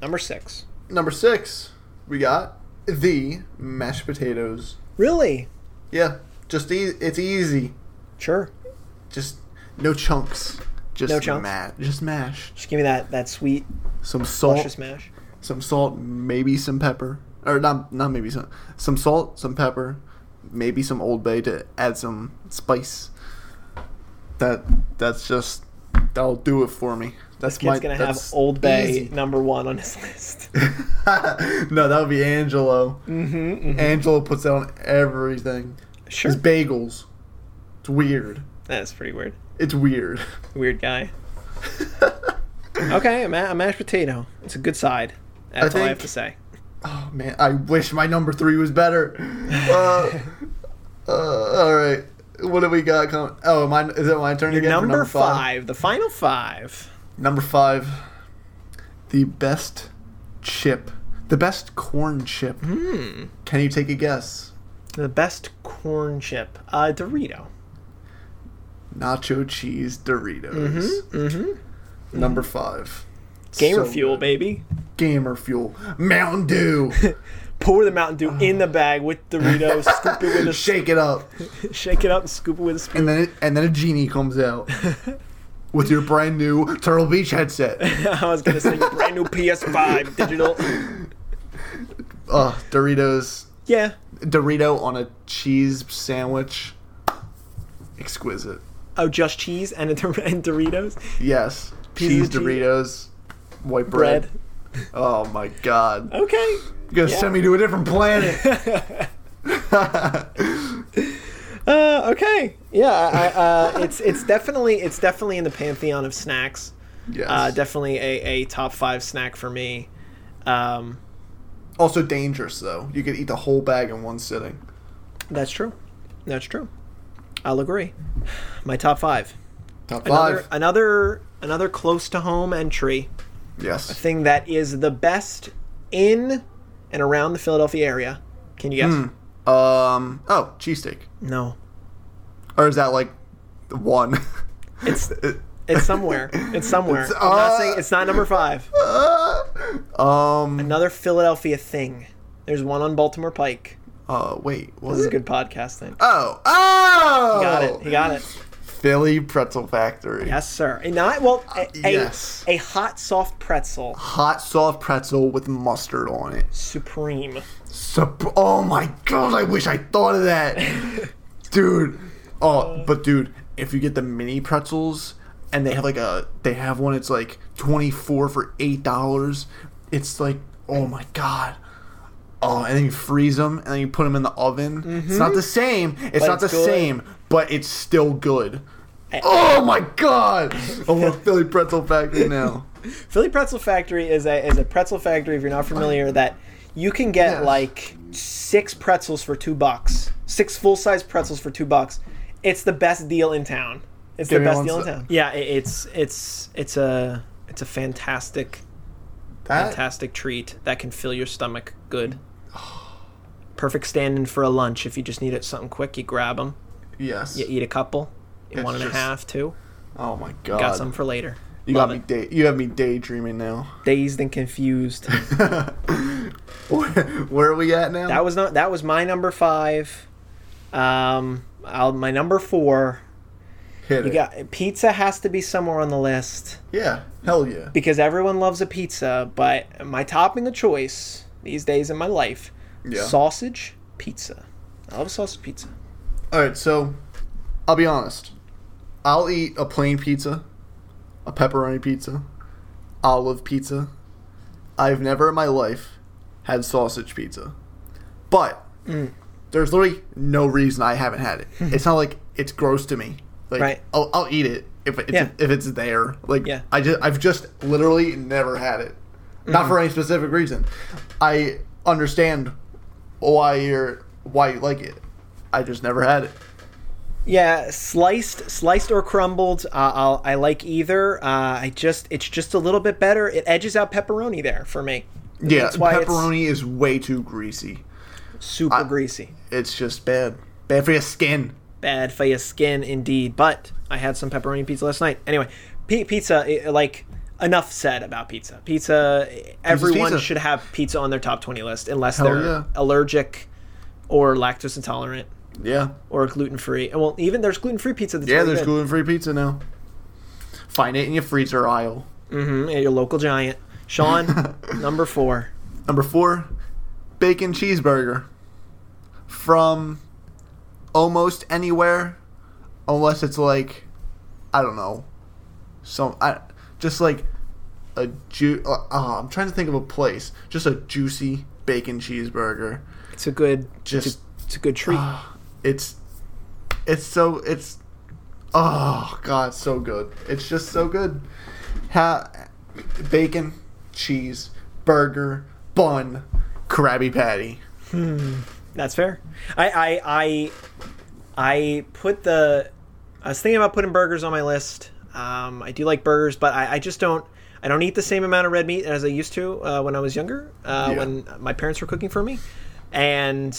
Speaker 1: Number six.
Speaker 2: Number six. We got the mashed potatoes.
Speaker 1: Really?
Speaker 2: Yeah. Just e- it's easy.
Speaker 1: Sure.
Speaker 2: Just no chunks. Just
Speaker 1: No chunks?
Speaker 2: ma- just mash.
Speaker 1: Just give me that that sweet
Speaker 2: Some salt.
Speaker 1: luscious mash.
Speaker 2: some salt, maybe some pepper, or not not maybe some some salt, some pepper, maybe some Old Bay to add some spice. That that's just that'll do it for me. That's
Speaker 1: Kid's
Speaker 2: my,
Speaker 1: gonna have
Speaker 2: that's
Speaker 1: Old Bay
Speaker 2: easy.
Speaker 1: number one on his list.
Speaker 2: no, that would be Angelo.
Speaker 1: mm-hmm,
Speaker 2: Angelo puts that on everything.
Speaker 1: Sure,
Speaker 2: His bagels. It's weird.
Speaker 1: that's pretty weird.
Speaker 2: It's weird.
Speaker 1: Weird guy. okay, a, ma- a mashed potato. It's a good side. That's all I have
Speaker 2: think-
Speaker 1: to say.
Speaker 2: Oh man, I wish my number three was better. Uh, uh, all right, what do we got? Coming? Oh, mine is it my turn again? for
Speaker 1: Number, five, the final five.
Speaker 2: Number five. The best chip, the best corn chip.
Speaker 1: Hmm.
Speaker 2: Can you take a guess?
Speaker 1: The best corn chip. Uh, Dorito.
Speaker 2: nacho cheese Doritos. Number five.
Speaker 1: Mm-hmm, Gamer
Speaker 2: So
Speaker 1: fuel,
Speaker 2: good.
Speaker 1: baby.
Speaker 2: Gamer fuel. Mountain Dew.
Speaker 1: Pour the Mountain Dew in the bag with Doritos, scoop it with a
Speaker 2: Shake it up.
Speaker 1: shake it up, and scoop it with a spoon.
Speaker 2: And then it, and then a genie comes out with your brand new Turtle Beach headset.
Speaker 1: I was gonna say brand new PS5 digital.
Speaker 2: Ugh, Doritos.
Speaker 1: Yeah,
Speaker 2: Dorito on a cheese sandwich. Exquisite.
Speaker 1: oh, just cheese and, a, Dor- and Doritos,
Speaker 2: Yes.
Speaker 1: Pieces
Speaker 2: Cheese
Speaker 1: of cheese.
Speaker 2: Doritos. White bread.
Speaker 1: bread.
Speaker 2: Oh my god.
Speaker 1: Okay.
Speaker 2: You're gonna
Speaker 1: Yeah.
Speaker 2: send me to a different planet.
Speaker 1: Uh, okay. Yeah, I, I, uh, it's it's definitely it's definitely in the pantheon of snacks.
Speaker 2: yes.
Speaker 1: Uh, definitely a, a top five snack for me. Um,
Speaker 2: also dangerous though. You could eat the whole bag in one sitting.
Speaker 1: that's true. That's true. I'll agree. My top five.
Speaker 2: Top
Speaker 1: Another
Speaker 2: five.
Speaker 1: another another close to home entry.
Speaker 2: yes.
Speaker 1: Thing that is the best in and around the Philadelphia area. Can you guess?
Speaker 2: Hmm. Um. Oh, cheesesteak.
Speaker 1: No.
Speaker 2: Or is that like one?
Speaker 1: It's it's somewhere. It's somewhere.
Speaker 2: It's,
Speaker 1: I'm not
Speaker 2: uh,
Speaker 1: saying it's not number five.
Speaker 2: um.
Speaker 1: Another Philadelphia thing. There's one on Baltimore Pike.
Speaker 2: Uh. Wait. What
Speaker 1: This is good podcasting.
Speaker 2: Oh. Oh.
Speaker 1: He got it. He got it.
Speaker 2: Philly Pretzel Factory.
Speaker 1: Yes, sir. And not well. A, a-
Speaker 2: yes.
Speaker 1: A, hot soft pretzel.
Speaker 2: Hot soft pretzel with mustard on it.
Speaker 1: Supreme.
Speaker 2: Sup- oh my god, I wish I thought of that. dude. Oh, but dude, if you get the mini pretzels and they have like a they have one it's like 24 for $8, it's like oh my god. Oh, and then you freeze them and then you put them in the oven. It's not the same. It's not
Speaker 1: Mm-hmm. it's
Speaker 2: the
Speaker 1: good.
Speaker 2: same, but it's still good. Oh my god! I want Philly pretzel factory now.
Speaker 1: Philly Pretzel Factory is a is a pretzel factory. If you're not familiar, that you can get
Speaker 2: Yes.
Speaker 1: like six pretzels for two bucks. Six full size pretzels for two bucks. It's the best deal in town. It's the
Speaker 2: Give me
Speaker 1: best
Speaker 2: one
Speaker 1: deal in
Speaker 2: sec.
Speaker 1: town. Yeah, it, it's it's it's a it's a fantastic
Speaker 2: That
Speaker 1: fantastic treat that can fill your stomach good. Perfect stand-in for a lunch if you just need it something quick. You grab them,
Speaker 2: yes.
Speaker 1: you eat a couple, you
Speaker 2: It's
Speaker 1: one and a
Speaker 2: just-
Speaker 1: half, two.
Speaker 2: Oh my god.
Speaker 1: Got some for later.
Speaker 2: You
Speaker 1: Love
Speaker 2: got me
Speaker 1: it.
Speaker 2: day. You have me daydreaming now.
Speaker 1: dazed and confused.
Speaker 2: Where, where are we at now?
Speaker 1: that was not. That was my number five. Um, I'll, my number four.
Speaker 2: Hit
Speaker 1: You
Speaker 2: it.
Speaker 1: got pizza has to be somewhere on the list
Speaker 2: yeah. Hell yeah.
Speaker 1: because everyone loves a pizza. But my topping of choice these days in my life,
Speaker 2: Yeah.
Speaker 1: sausage pizza. I love sausage pizza.
Speaker 2: All right. So, I'll be honest. I'll eat a plain pizza, a pepperoni pizza, olive pizza. I've never in my life had sausage pizza, but
Speaker 1: Mm.
Speaker 2: there's literally no reason I haven't had it. it's not like it's gross to me. Like
Speaker 1: Right.
Speaker 2: I'll, I'll eat it if it's
Speaker 1: Yeah.
Speaker 2: if it's there. Like
Speaker 1: Yeah.
Speaker 2: I just I've just literally never had it. Not
Speaker 1: Mm.
Speaker 2: for any specific reason. I understand why you're why you like it. I just never had it.
Speaker 1: Yeah, sliced, sliced or crumbled. Uh, I'll, I like either. Uh, I just, it's just a little bit better. It edges out pepperoni there for me.
Speaker 2: Yeah,
Speaker 1: That's why it's-
Speaker 2: pepperoni is way too greasy.
Speaker 1: Super greasy,
Speaker 2: It's just bad. Bad for your skin.
Speaker 1: bad for your skin indeed. But I had some pepperoni pizza last night. Anyway, p- pizza. i- like enough said about pizza. Pizza. everyone
Speaker 2: pizza.
Speaker 1: should have pizza on their top twenty list unless they're
Speaker 2: yeah.
Speaker 1: allergic or lactose intolerant
Speaker 2: Yeah.
Speaker 1: or gluten free. Well, even there's gluten free pizza. That's
Speaker 2: Yeah,
Speaker 1: really
Speaker 2: there's
Speaker 1: good.
Speaker 2: gluten free pizza now. Find it in your freezer aisle.
Speaker 1: Mhm, at your local giant. Sean, number four.
Speaker 2: Number four, bacon cheeseburger. From almost anywhere, unless it's like, I don't know, some I just like a ju. Uh, uh, I'm trying to think of a place. Just a juicy bacon cheeseburger.
Speaker 1: It's a good
Speaker 2: Just-
Speaker 1: it's a, it's a good treat.
Speaker 2: It's it's so it's oh god, it's so good. It's just so good. Ha- bacon, cheese, burger, bun, Krabby Patty.
Speaker 1: That's fair. I I I I put the I was thinking about putting burgers on my list. Um, I do like burgers, but I, I just don't I don't eat the same amount of red meat as I used to uh, when I was younger, uh,
Speaker 2: Yeah.
Speaker 1: when my parents were cooking for me, and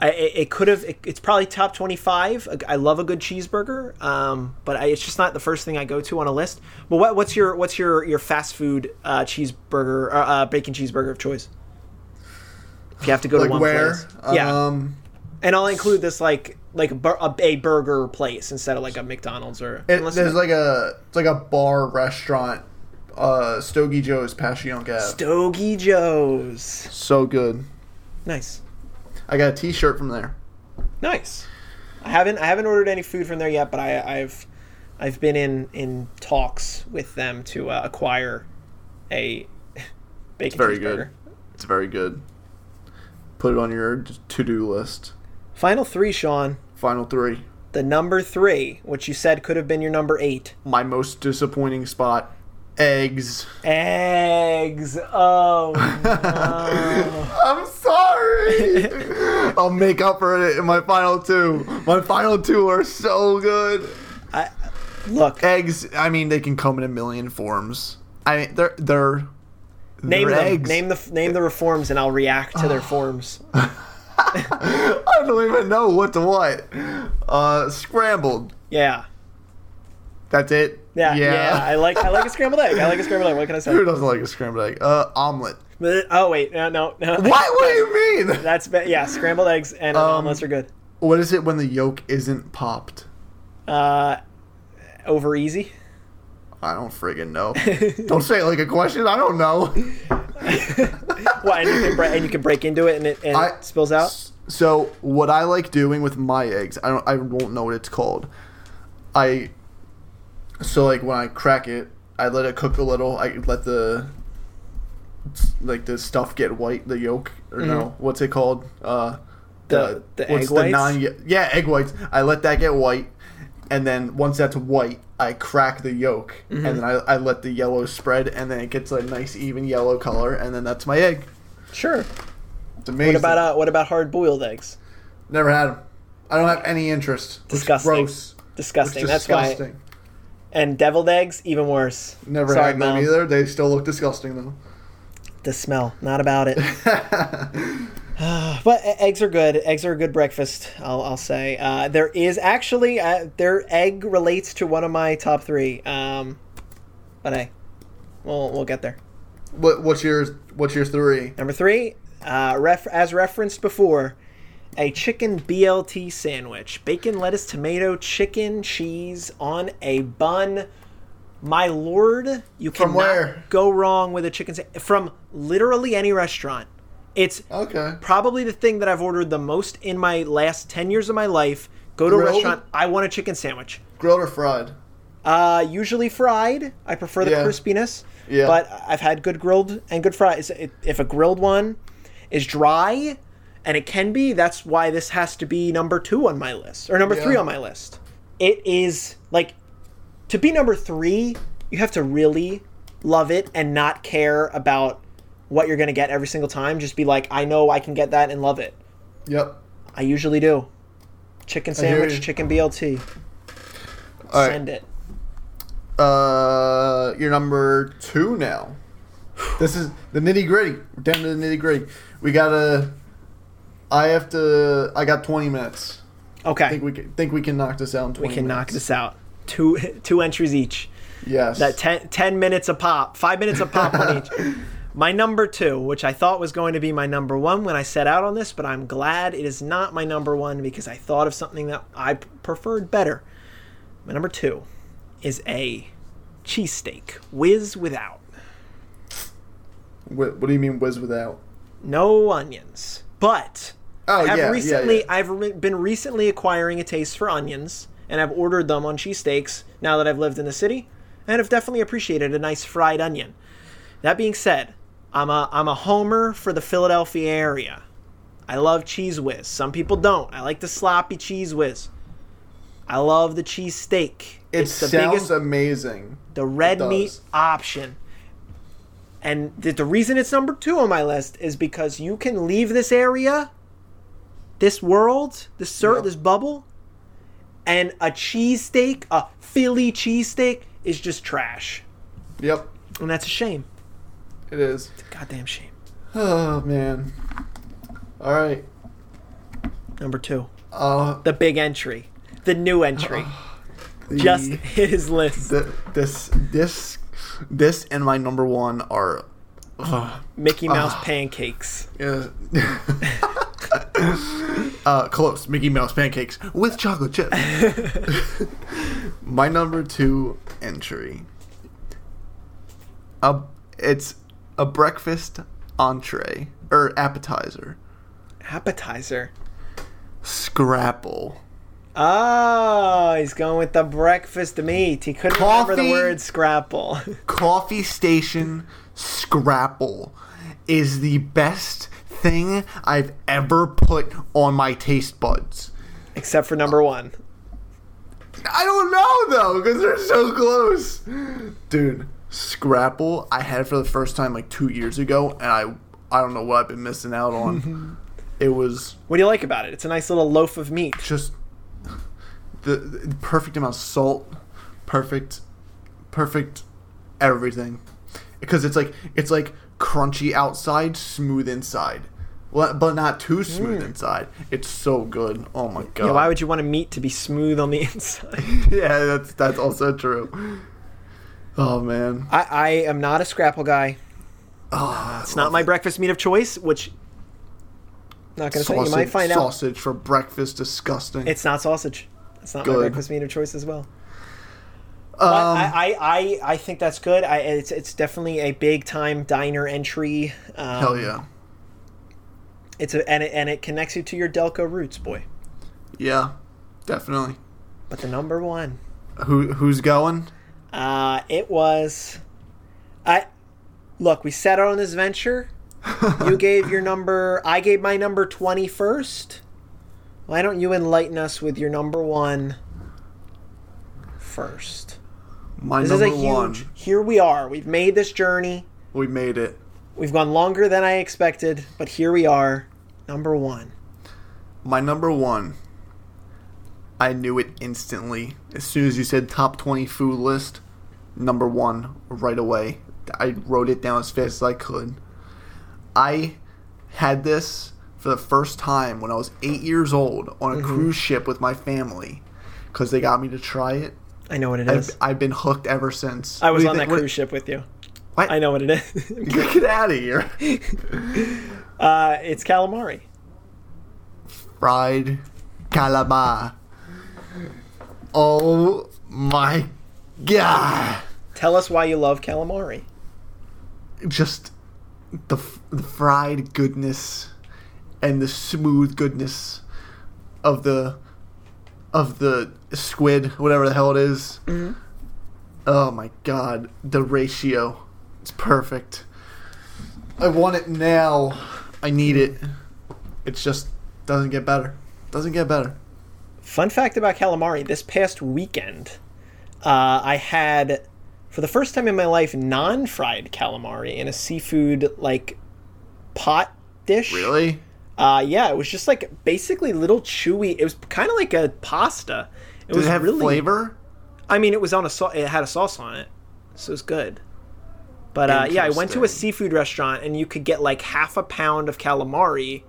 Speaker 1: I, it, it could have. It, it's probably top twenty-five. I- I love a good cheeseburger, um, but I, it's just not the first thing I go to on a list. But what, what's your what's your your fast food uh, cheeseburger uh, uh, bacon cheeseburger of choice? If you have to go
Speaker 2: Like
Speaker 1: to one
Speaker 2: where?
Speaker 1: place, yeah,
Speaker 2: Um,
Speaker 1: and I'll include this like like a, bur- a, a burger place instead of like a McDonald's or
Speaker 2: it,
Speaker 1: unless-
Speaker 2: there's like a it's like a bar restaurant, uh, Stogie Joe's Passion Gap.
Speaker 1: Stogie Joe's.
Speaker 2: so good.
Speaker 1: Nice,
Speaker 2: I got a T-shirt from there.
Speaker 1: nice. I haven't I haven't ordered any food from there yet, but I, I've I've been in in talks with them to uh, acquire a bacon
Speaker 2: Very
Speaker 1: cheeseburger.
Speaker 2: good. It's very good. Put it on your to-do list.
Speaker 1: Final three, Sean.
Speaker 2: Final three.
Speaker 1: The number three, which you said could have been your number eight.
Speaker 2: My most disappointing spot: eggs.
Speaker 1: Eggs. Oh.
Speaker 2: I'm sorry. I'll make up for it in my final two. My final two are so good.
Speaker 1: Look,
Speaker 2: Eggs. I mean, they can come in a million forms. I mean, they're they're
Speaker 1: name
Speaker 2: they're
Speaker 1: them.
Speaker 2: eggs.
Speaker 1: Name the name the reforms, and I'll react to their forms.
Speaker 2: I don't even know what to what. Uh, scrambled.
Speaker 1: Yeah.
Speaker 2: That's it.
Speaker 1: Yeah, yeah. I like I like a scrambled egg. I like a scrambled egg. What can I say?
Speaker 2: Who doesn't like a scrambled egg? Uh, omelet.
Speaker 1: But- Oh wait, no, no, no.
Speaker 2: What? What do you mean?
Speaker 1: That's be- yeah, scrambled eggs and
Speaker 2: Um,
Speaker 1: omelets are good.
Speaker 2: What is it when the yolk isn't popped?
Speaker 1: Uh, over easy.
Speaker 2: I don't friggin' know. don't say it like a question. I don't know.
Speaker 1: Well, and you can, bre- and you can break into it and it, and
Speaker 2: I-
Speaker 1: it spills out.
Speaker 2: So what I like doing with my eggs, I don't, I won't know what it's called. I, so like when I crack it, I let it cook a little. I let the, like the stuff get white, the yolk or no, what's it called? Uh,
Speaker 1: Mm-hmm. The- the egg whites?
Speaker 2: non yeah egg whites. I let that get white, and then once that's white, I crack the yolk,
Speaker 1: Mm-hmm.
Speaker 2: and then I, I let the yellow spread, and then it gets a nice even yellow color, and then that's my egg.
Speaker 1: Sure.
Speaker 2: It's amazing.
Speaker 1: What about uh, what about hard boiled eggs?
Speaker 2: Never had them. I don't have any interest. It's
Speaker 1: Disgusting.
Speaker 2: Gross. It's
Speaker 1: Disgusting. That's why.
Speaker 2: disgusting.
Speaker 1: And deviled eggs, even worse.
Speaker 2: Never
Speaker 1: Sorry,
Speaker 2: had them
Speaker 1: Mom.
Speaker 2: either. They still look disgusting though.
Speaker 1: The smell, not about it. but e- eggs are good. Eggs are a good breakfast. I'll, I'll say. Uh, there is actually uh, their egg relates to one of my top three. Um, but hey, we'll we'll get there.
Speaker 2: What, what's your What's your three?
Speaker 1: Number three, uh, ref- as referenced before, a chicken BLT sandwich. Bacon, lettuce, tomato, chicken, cheese on a bun. My lord, you
Speaker 2: From
Speaker 1: cannot
Speaker 2: where?
Speaker 1: go wrong with a chicken sa- from literally any restaurant. It's
Speaker 2: Okay.
Speaker 1: probably the thing that I've ordered the most in my last 10 years of my life. Go to a
Speaker 2: Grilled?
Speaker 1: restaurant, I want a chicken sandwich.
Speaker 2: Grilled or fried?
Speaker 1: Uh, usually fried. I prefer the
Speaker 2: Yeah.
Speaker 1: crispiness.
Speaker 2: Yeah.
Speaker 1: But I've had good grilled and good fried. Is- it- If a grilled one is dry, and it can be, that's why this has to be number two on my list or number three
Speaker 2: Yeah.
Speaker 1: on my list. It is like to be number three, you have to really love it and not care about what you're gonna get every single time. Just be like, I know I can get that and love it.
Speaker 2: Yep.
Speaker 1: I usually do. Chicken
Speaker 2: hear
Speaker 1: sandwich,
Speaker 2: you.
Speaker 1: chicken BLT.
Speaker 2: All right.
Speaker 1: Send it.
Speaker 2: Uh, you're number two now. This is the nitty gritty. We're down to the nitty gritty. We gotta. I have to. I got 20 minutes.
Speaker 1: Okay.
Speaker 2: I think we can, think we can knock this out. In 20
Speaker 1: we can knock
Speaker 2: minutes.
Speaker 1: this out. Two two entries each.
Speaker 2: Yes.
Speaker 1: That ten, 10 minutes a pop, five minutes a pop on each. My number two, which I thought was going to be my number one when I set out on this, but I'm glad it is not my number one because I thought of something that I p- preferred better. My number two is a cheesesteak, whiz without,
Speaker 2: What, what do you mean whiz without?
Speaker 1: no onions. But
Speaker 2: Oh
Speaker 1: I've
Speaker 2: yeah.
Speaker 1: recently
Speaker 2: yeah, yeah.
Speaker 1: I've re- been recently acquiring a taste for onions, and I've ordered them on cheesesteaks now that I've lived in the city, and have definitely appreciated a nice fried onion. That being said, I'm a I'm a homer for the Philadelphia area. I love cheese whiz. Some people don't. I like the sloppy cheese whiz. I love the cheesesteak.
Speaker 2: It
Speaker 1: It's the
Speaker 2: sounds
Speaker 1: biggest
Speaker 2: amazing.
Speaker 1: the red
Speaker 2: does.
Speaker 1: meat option. And the, the reason it's number two on my list is because you can leave this area, this world, this cir-
Speaker 2: Yep.
Speaker 1: this bubble, and a cheesesteak, a Philly cheesesteak, is just trash.
Speaker 2: Yep,
Speaker 1: And that's a shame.
Speaker 2: it is.
Speaker 1: Goddamn shame.
Speaker 2: Oh man. All right.
Speaker 1: number two.
Speaker 2: Uh,
Speaker 1: The big entry, the new entry,
Speaker 2: the-
Speaker 1: just his list.
Speaker 2: the, this this this and my number one are. Uh,
Speaker 1: Mickey Mouse pancakes.
Speaker 2: uh, uh, close Mickey Mouse pancakes with chocolate chip. my number two entry. A, it's a breakfast entree or appetizer.
Speaker 1: Appetizer.
Speaker 2: Scrapple.
Speaker 1: Oh, he's going with the breakfast meat. He couldn't remember the
Speaker 2: Coffee.
Speaker 1: word scrapple.
Speaker 2: coffee station scrapple is the best thing I've ever put on my taste buds.
Speaker 1: Except for number one.
Speaker 2: I don't know though, because they're so close. Dude, scrapple I had it for the first time like two years ago, and I I don't know what I've been missing out on. it was
Speaker 1: What do you like about it? It's a nice little loaf of meat.
Speaker 2: just the, the perfect amount of salt, perfect, perfect everything, because it's like it's like crunchy outside, smooth inside, well, but not too smooth inside. It's so good. Oh my god.
Speaker 1: Mm. Yeah, why would you want a meat to be smooth on the inside?
Speaker 2: yeah, that's that's also true. Oh man,
Speaker 1: I, I am not a scrapple guy.
Speaker 2: oh,
Speaker 1: It's not my breakfast meat of choice, which not gonna say
Speaker 2: sausage,
Speaker 1: you might find out.
Speaker 2: sausage for breakfast. Disgusting.
Speaker 1: It's not sausage. It's not my
Speaker 2: Good.
Speaker 1: breakfast meat of choice as well.
Speaker 2: um,
Speaker 1: But I, I, I, I think that's good. I, it's it's definitely a big time diner entry. Um,
Speaker 2: hell yeah,
Speaker 1: It's a, and it, and it connects you to your Delco roots, boy.
Speaker 2: yeah, definitely.
Speaker 1: But the number one,
Speaker 2: Who who's going?
Speaker 1: uh, it was, I, look, we set out on this venture. You gave your number. I gave my number twenty first. Why don't you enlighten us with your number one first?
Speaker 2: My
Speaker 1: This
Speaker 2: number
Speaker 1: is a huge.
Speaker 2: one.
Speaker 1: Here we are. We've made this journey.
Speaker 2: We made it.
Speaker 1: We've gone longer than I expected, but here we are. Number one.
Speaker 2: My number one. I knew it instantly. As soon as you said top 20 food list, number one right away. I wrote it down as fast as I could. I had this for the first time when I was eight years old on a cruise ship with my family because they got me to try it.
Speaker 1: I know what it
Speaker 2: I've,
Speaker 1: is.
Speaker 2: I've been hooked ever since.
Speaker 1: I was
Speaker 2: What
Speaker 1: on
Speaker 2: do you
Speaker 1: that
Speaker 2: think- what-
Speaker 1: cruise ship with you.
Speaker 2: What?
Speaker 1: I know what it is.
Speaker 2: Get out of here.
Speaker 1: uh, it's calamari.
Speaker 2: fried calamari. Oh my god!
Speaker 1: Tell us why you love calamari.
Speaker 2: Just the, f- the fried goodness and the smooth goodness of the of the squid, whatever the hell it is. Oh my god! The ratio, it's perfect. I want it now. I need it. It just doesn't get better. Doesn't get better.
Speaker 1: Fun fact about calamari this past weekend, uh, I had, for the first time in my life, non fried calamari in a seafood like pot dish.
Speaker 2: Really?
Speaker 1: Uh, yeah, it was just like basically little chewy. It was kind of like a pasta. It
Speaker 2: Does
Speaker 1: was
Speaker 2: it have
Speaker 1: really,
Speaker 2: flavor?
Speaker 1: I mean, it was on a sau It had a sauce on it, so it's good. But uh, yeah, I went to a
Speaker 2: Interesting.
Speaker 1: seafood restaurant and you could get like half a pound of calamari,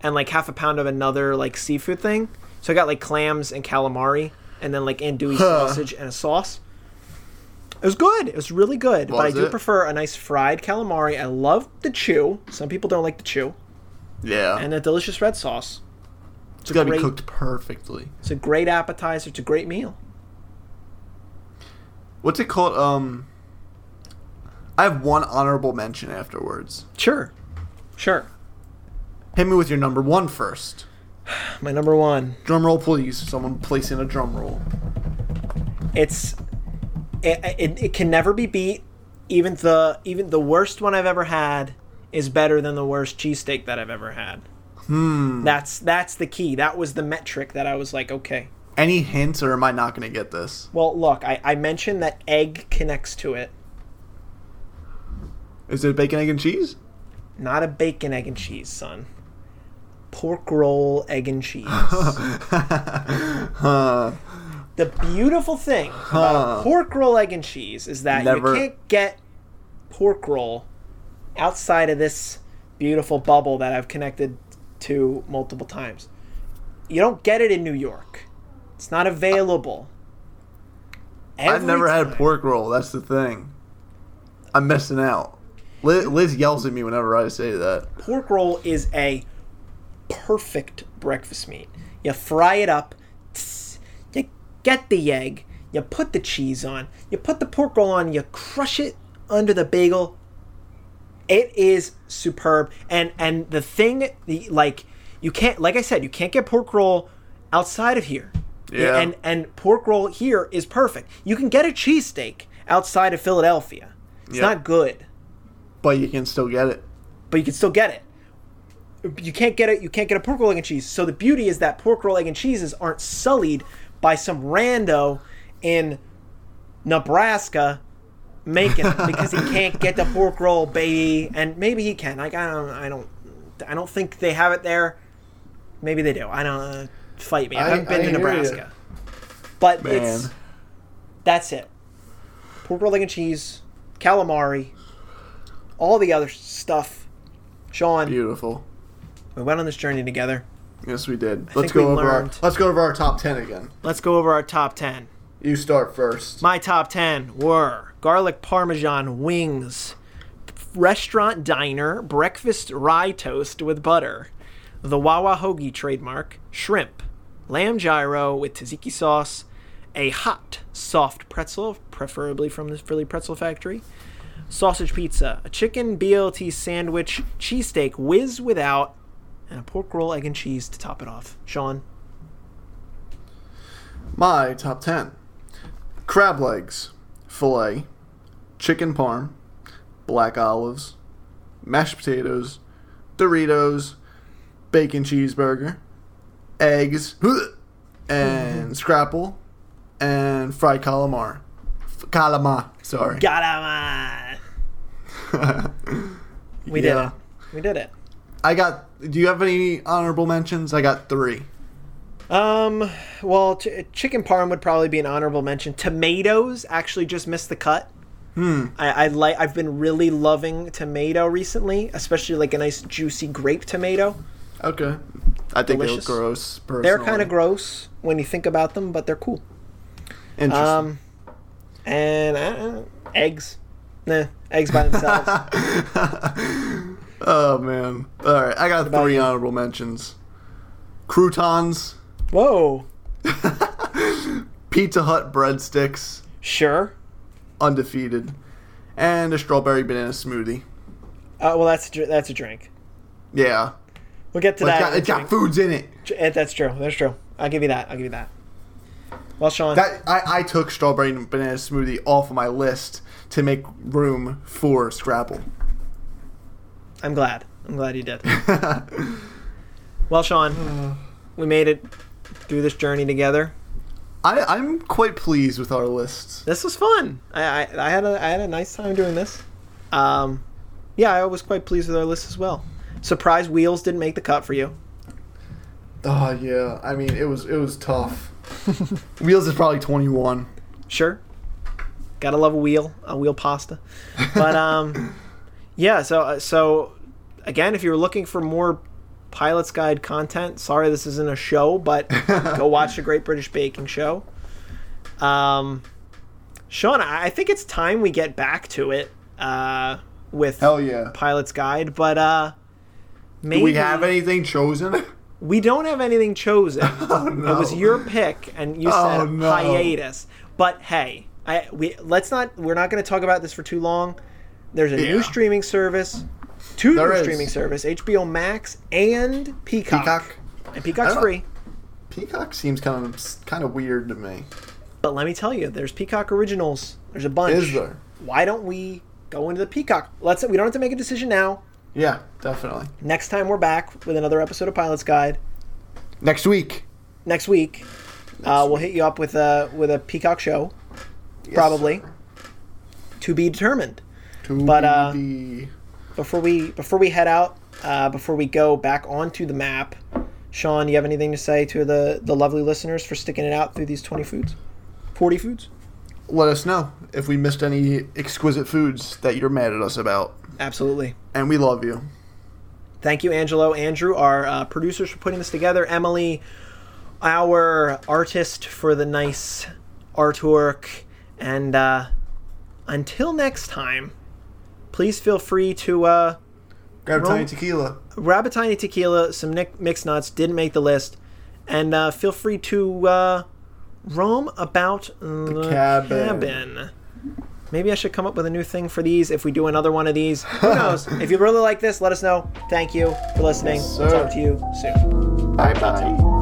Speaker 1: and like half a pound of another like seafood thing. So I got like clams and calamari, and then like andouille
Speaker 2: Huh.
Speaker 1: sausage and a sauce. It was good. It was really good. but I
Speaker 2: Was
Speaker 1: do
Speaker 2: it?
Speaker 1: prefer a nice fried calamari. I love the chew. Some people don't like the chew,
Speaker 2: Yeah.
Speaker 1: and a delicious red sauce.
Speaker 2: it's got to be
Speaker 1: great-
Speaker 2: cooked perfectly.
Speaker 1: It's a great appetizer. It's a great meal.
Speaker 2: What's it called? Um I have one honorable mention afterwards.
Speaker 1: Sure, sure.
Speaker 2: Hit me with your number one first.
Speaker 1: My number one.
Speaker 2: Drum roll, please. Someone place in a drum roll.
Speaker 1: It's it, it, it can never be beat. Even the even the worst one I've ever had is better than the worst cheesesteak that I've ever had. Hmm. That's that's the key. That was the metric that I was like, okay.
Speaker 2: Any hints, or am I not going to get this?
Speaker 1: Well, look, I, I mentioned that egg connects to it.
Speaker 2: Is it bacon, egg, and cheese?
Speaker 1: Not a bacon, egg, and cheese, son. Pork roll, egg, and cheese.
Speaker 2: Huh.
Speaker 1: The beautiful thing about a
Speaker 2: Huh.
Speaker 1: pork roll, egg, and cheese is that
Speaker 2: Never-
Speaker 1: you can't get pork roll outside of this beautiful bubble that I've connected to multiple times. You don't get it in New York. It's not available.
Speaker 2: I've
Speaker 1: Every
Speaker 2: never had
Speaker 1: time-
Speaker 2: pork roll. That's the thing. I'm missing out. Liz, Liz yells at me whenever I say that.
Speaker 1: pork roll is a perfect breakfast meat. You fry it up, tss, you get the egg, you put the cheese on, you put the pork roll on, you crush it under the bagel. It is superb. And and the thing the like you can't like I said, you can't get pork roll outside of here.
Speaker 2: Yeah.
Speaker 1: And and pork roll here is perfect. You can get a cheesesteak outside of Philadelphia. It's
Speaker 2: Yeah.
Speaker 1: not good
Speaker 2: But you can still get it.
Speaker 1: but you can still get it. You can't get it. You can't get a pork roll egg and cheese. So the beauty is that pork roll egg and cheeses aren't sullied by some rando in Nebraska making them because he can't get the pork roll, baby. And maybe he can. Like I don't. I don't. I don't think they have it there. Maybe they do. I don't. Uh, fight me. I,
Speaker 2: I-
Speaker 1: haven't been
Speaker 2: I
Speaker 1: to
Speaker 2: hear ya.
Speaker 1: Nebraska. But it's
Speaker 2: Man.
Speaker 1: that's it. Pork roll, egg and cheese, calamari, all the other stuff. Sean,
Speaker 2: Beautiful.
Speaker 1: we went on this journey together.
Speaker 2: Yes, we did.
Speaker 1: think
Speaker 2: Let's go
Speaker 1: we
Speaker 2: over our,
Speaker 1: learned.
Speaker 2: Let's go over our top ten again.
Speaker 1: Let's go over our top 10.
Speaker 2: You start first.
Speaker 1: My top 10 were garlic parmesan wings, restaurant diner breakfast rye toast with butter, the Wawa hoagie trademark, shrimp, lamb gyro with tzatziki sauce, a hot soft pretzel, preferably from the Philly Pretzel Factory, sausage pizza, a chicken BLT sandwich, cheesesteak whiz without, and a pork roll, egg and cheese to top it off. Sean,
Speaker 2: My top 10 crab legs, filet, chicken parm, black olives, mashed potatoes, Doritos, bacon cheeseburger, eggs, and scrapple, and fried calamari. F- calamari, sorry.
Speaker 1: got him! We
Speaker 2: Yeah.
Speaker 1: did it. We did it.
Speaker 2: I got. Do you have any honorable mentions? I got three.
Speaker 1: Um, well, ch- chicken parm would probably be an honorable mention. Tomatoes actually just missed the cut. Hmm. I, I like. I've been really loving tomato recently, especially like a nice juicy grape tomato.
Speaker 2: Okay. I think
Speaker 1: Delicious.
Speaker 2: they're gross. Personally.
Speaker 1: They're kind of gross when you think about them, but they're cool.
Speaker 2: Interesting.
Speaker 1: Um, and uh, eggs. Nah, eggs by themselves.
Speaker 2: Oh man! All right, I got three
Speaker 1: you?
Speaker 2: honorable mentions: croutons,
Speaker 1: Whoa.
Speaker 2: Pizza Hut breadsticks,
Speaker 1: Sure.
Speaker 2: undefeated, and a strawberry banana smoothie.
Speaker 1: Uh, well, that's a, dr- that's a drink.
Speaker 2: Yeah,
Speaker 1: We'll get to
Speaker 2: but it's
Speaker 1: that.
Speaker 2: got,
Speaker 1: in a
Speaker 2: it's got
Speaker 1: drink.
Speaker 2: foods in it.
Speaker 1: Eh, That's true. That's true. I'll give you that. I'll give you that. Well, Sean.
Speaker 2: That I, I took strawberry and banana smoothie off of my list to make room for Scrapple.
Speaker 1: I'm glad. I'm glad you did. well, Sean, we made it through this journey together.
Speaker 2: I, I'm quite pleased with our list.
Speaker 1: This was fun. I, I, I had a I had a nice time doing this. Um, yeah, I was quite pleased with our list as well. Surprise wheels didn't make the cut for you.
Speaker 2: Oh yeah, I mean it was it was tough. Wheels is probably 21.
Speaker 1: Sure, gotta love a wheel, a wheel pasta. But um, yeah. So uh, so again, if you're looking for more Pilot's Guide content, sorry this isn't a show, but go watch the Great British Baking Show. Um, Sean, I I think it's time we get back to it uh, with
Speaker 2: Hell yeah.
Speaker 1: Pilot's Guide, but uh, maybe
Speaker 2: Do we have anything chosen?
Speaker 1: we don't have anything chosen.
Speaker 2: Oh, no.
Speaker 1: It was your pick, and you said
Speaker 2: Oh, no.
Speaker 1: hiatus. But hey, I we let's not. We're not going to talk about this for too long. There's a new
Speaker 2: Yeah.
Speaker 1: streaming service, two
Speaker 2: There
Speaker 1: new
Speaker 2: is.
Speaker 1: streaming service: HBO Max and Peacock.
Speaker 2: Peacock. Oh.
Speaker 1: And Peacock's
Speaker 2: I don't-
Speaker 1: free.
Speaker 2: Peacock seems kind of kind of weird to me.
Speaker 1: But let me tell you, there's Peacock originals. There's a bunch.
Speaker 2: Is there?
Speaker 1: Why don't we go into the Peacock? Let's. We don't have to make a decision now.
Speaker 2: Yeah, definitely.
Speaker 1: Next time we're back with another episode of Pilot's Guide.
Speaker 2: Next week.
Speaker 1: next week. uh, we'll hit you up with a with a Peacock show, Probably.
Speaker 2: sir.
Speaker 1: to be determined.
Speaker 2: To
Speaker 1: But, uh,
Speaker 2: be-
Speaker 1: Before we before we head out, uh, before we go back onto the map, Sean, do you have anything to say to the the lovely listeners for sticking it out through these twenty foods, forty foods?
Speaker 2: let us know if we missed any exquisite foods that you're mad at us about.
Speaker 1: Absolutely.
Speaker 2: And we love you.
Speaker 1: Thank you, Angelo, Andrew, our uh, producers for putting this together. Emily, our artist for the nice artwork. And uh, until next time, please feel free to uh,
Speaker 2: Grab a tiny
Speaker 1: Roll-
Speaker 2: tequila.
Speaker 1: grab a tiny tequila. Some Nick mixed nuts didn't make the list, and uh, feel free to uh, roam about the,
Speaker 2: cabin.
Speaker 1: cabin. Maybe I should come up with a new thing for these if we do another one of these. Who knows? if you really like this, let us know. Thank you for listening.
Speaker 2: Yes,
Speaker 1: we'll
Speaker 2: sir.
Speaker 1: talk to you soon.
Speaker 2: Bye bye.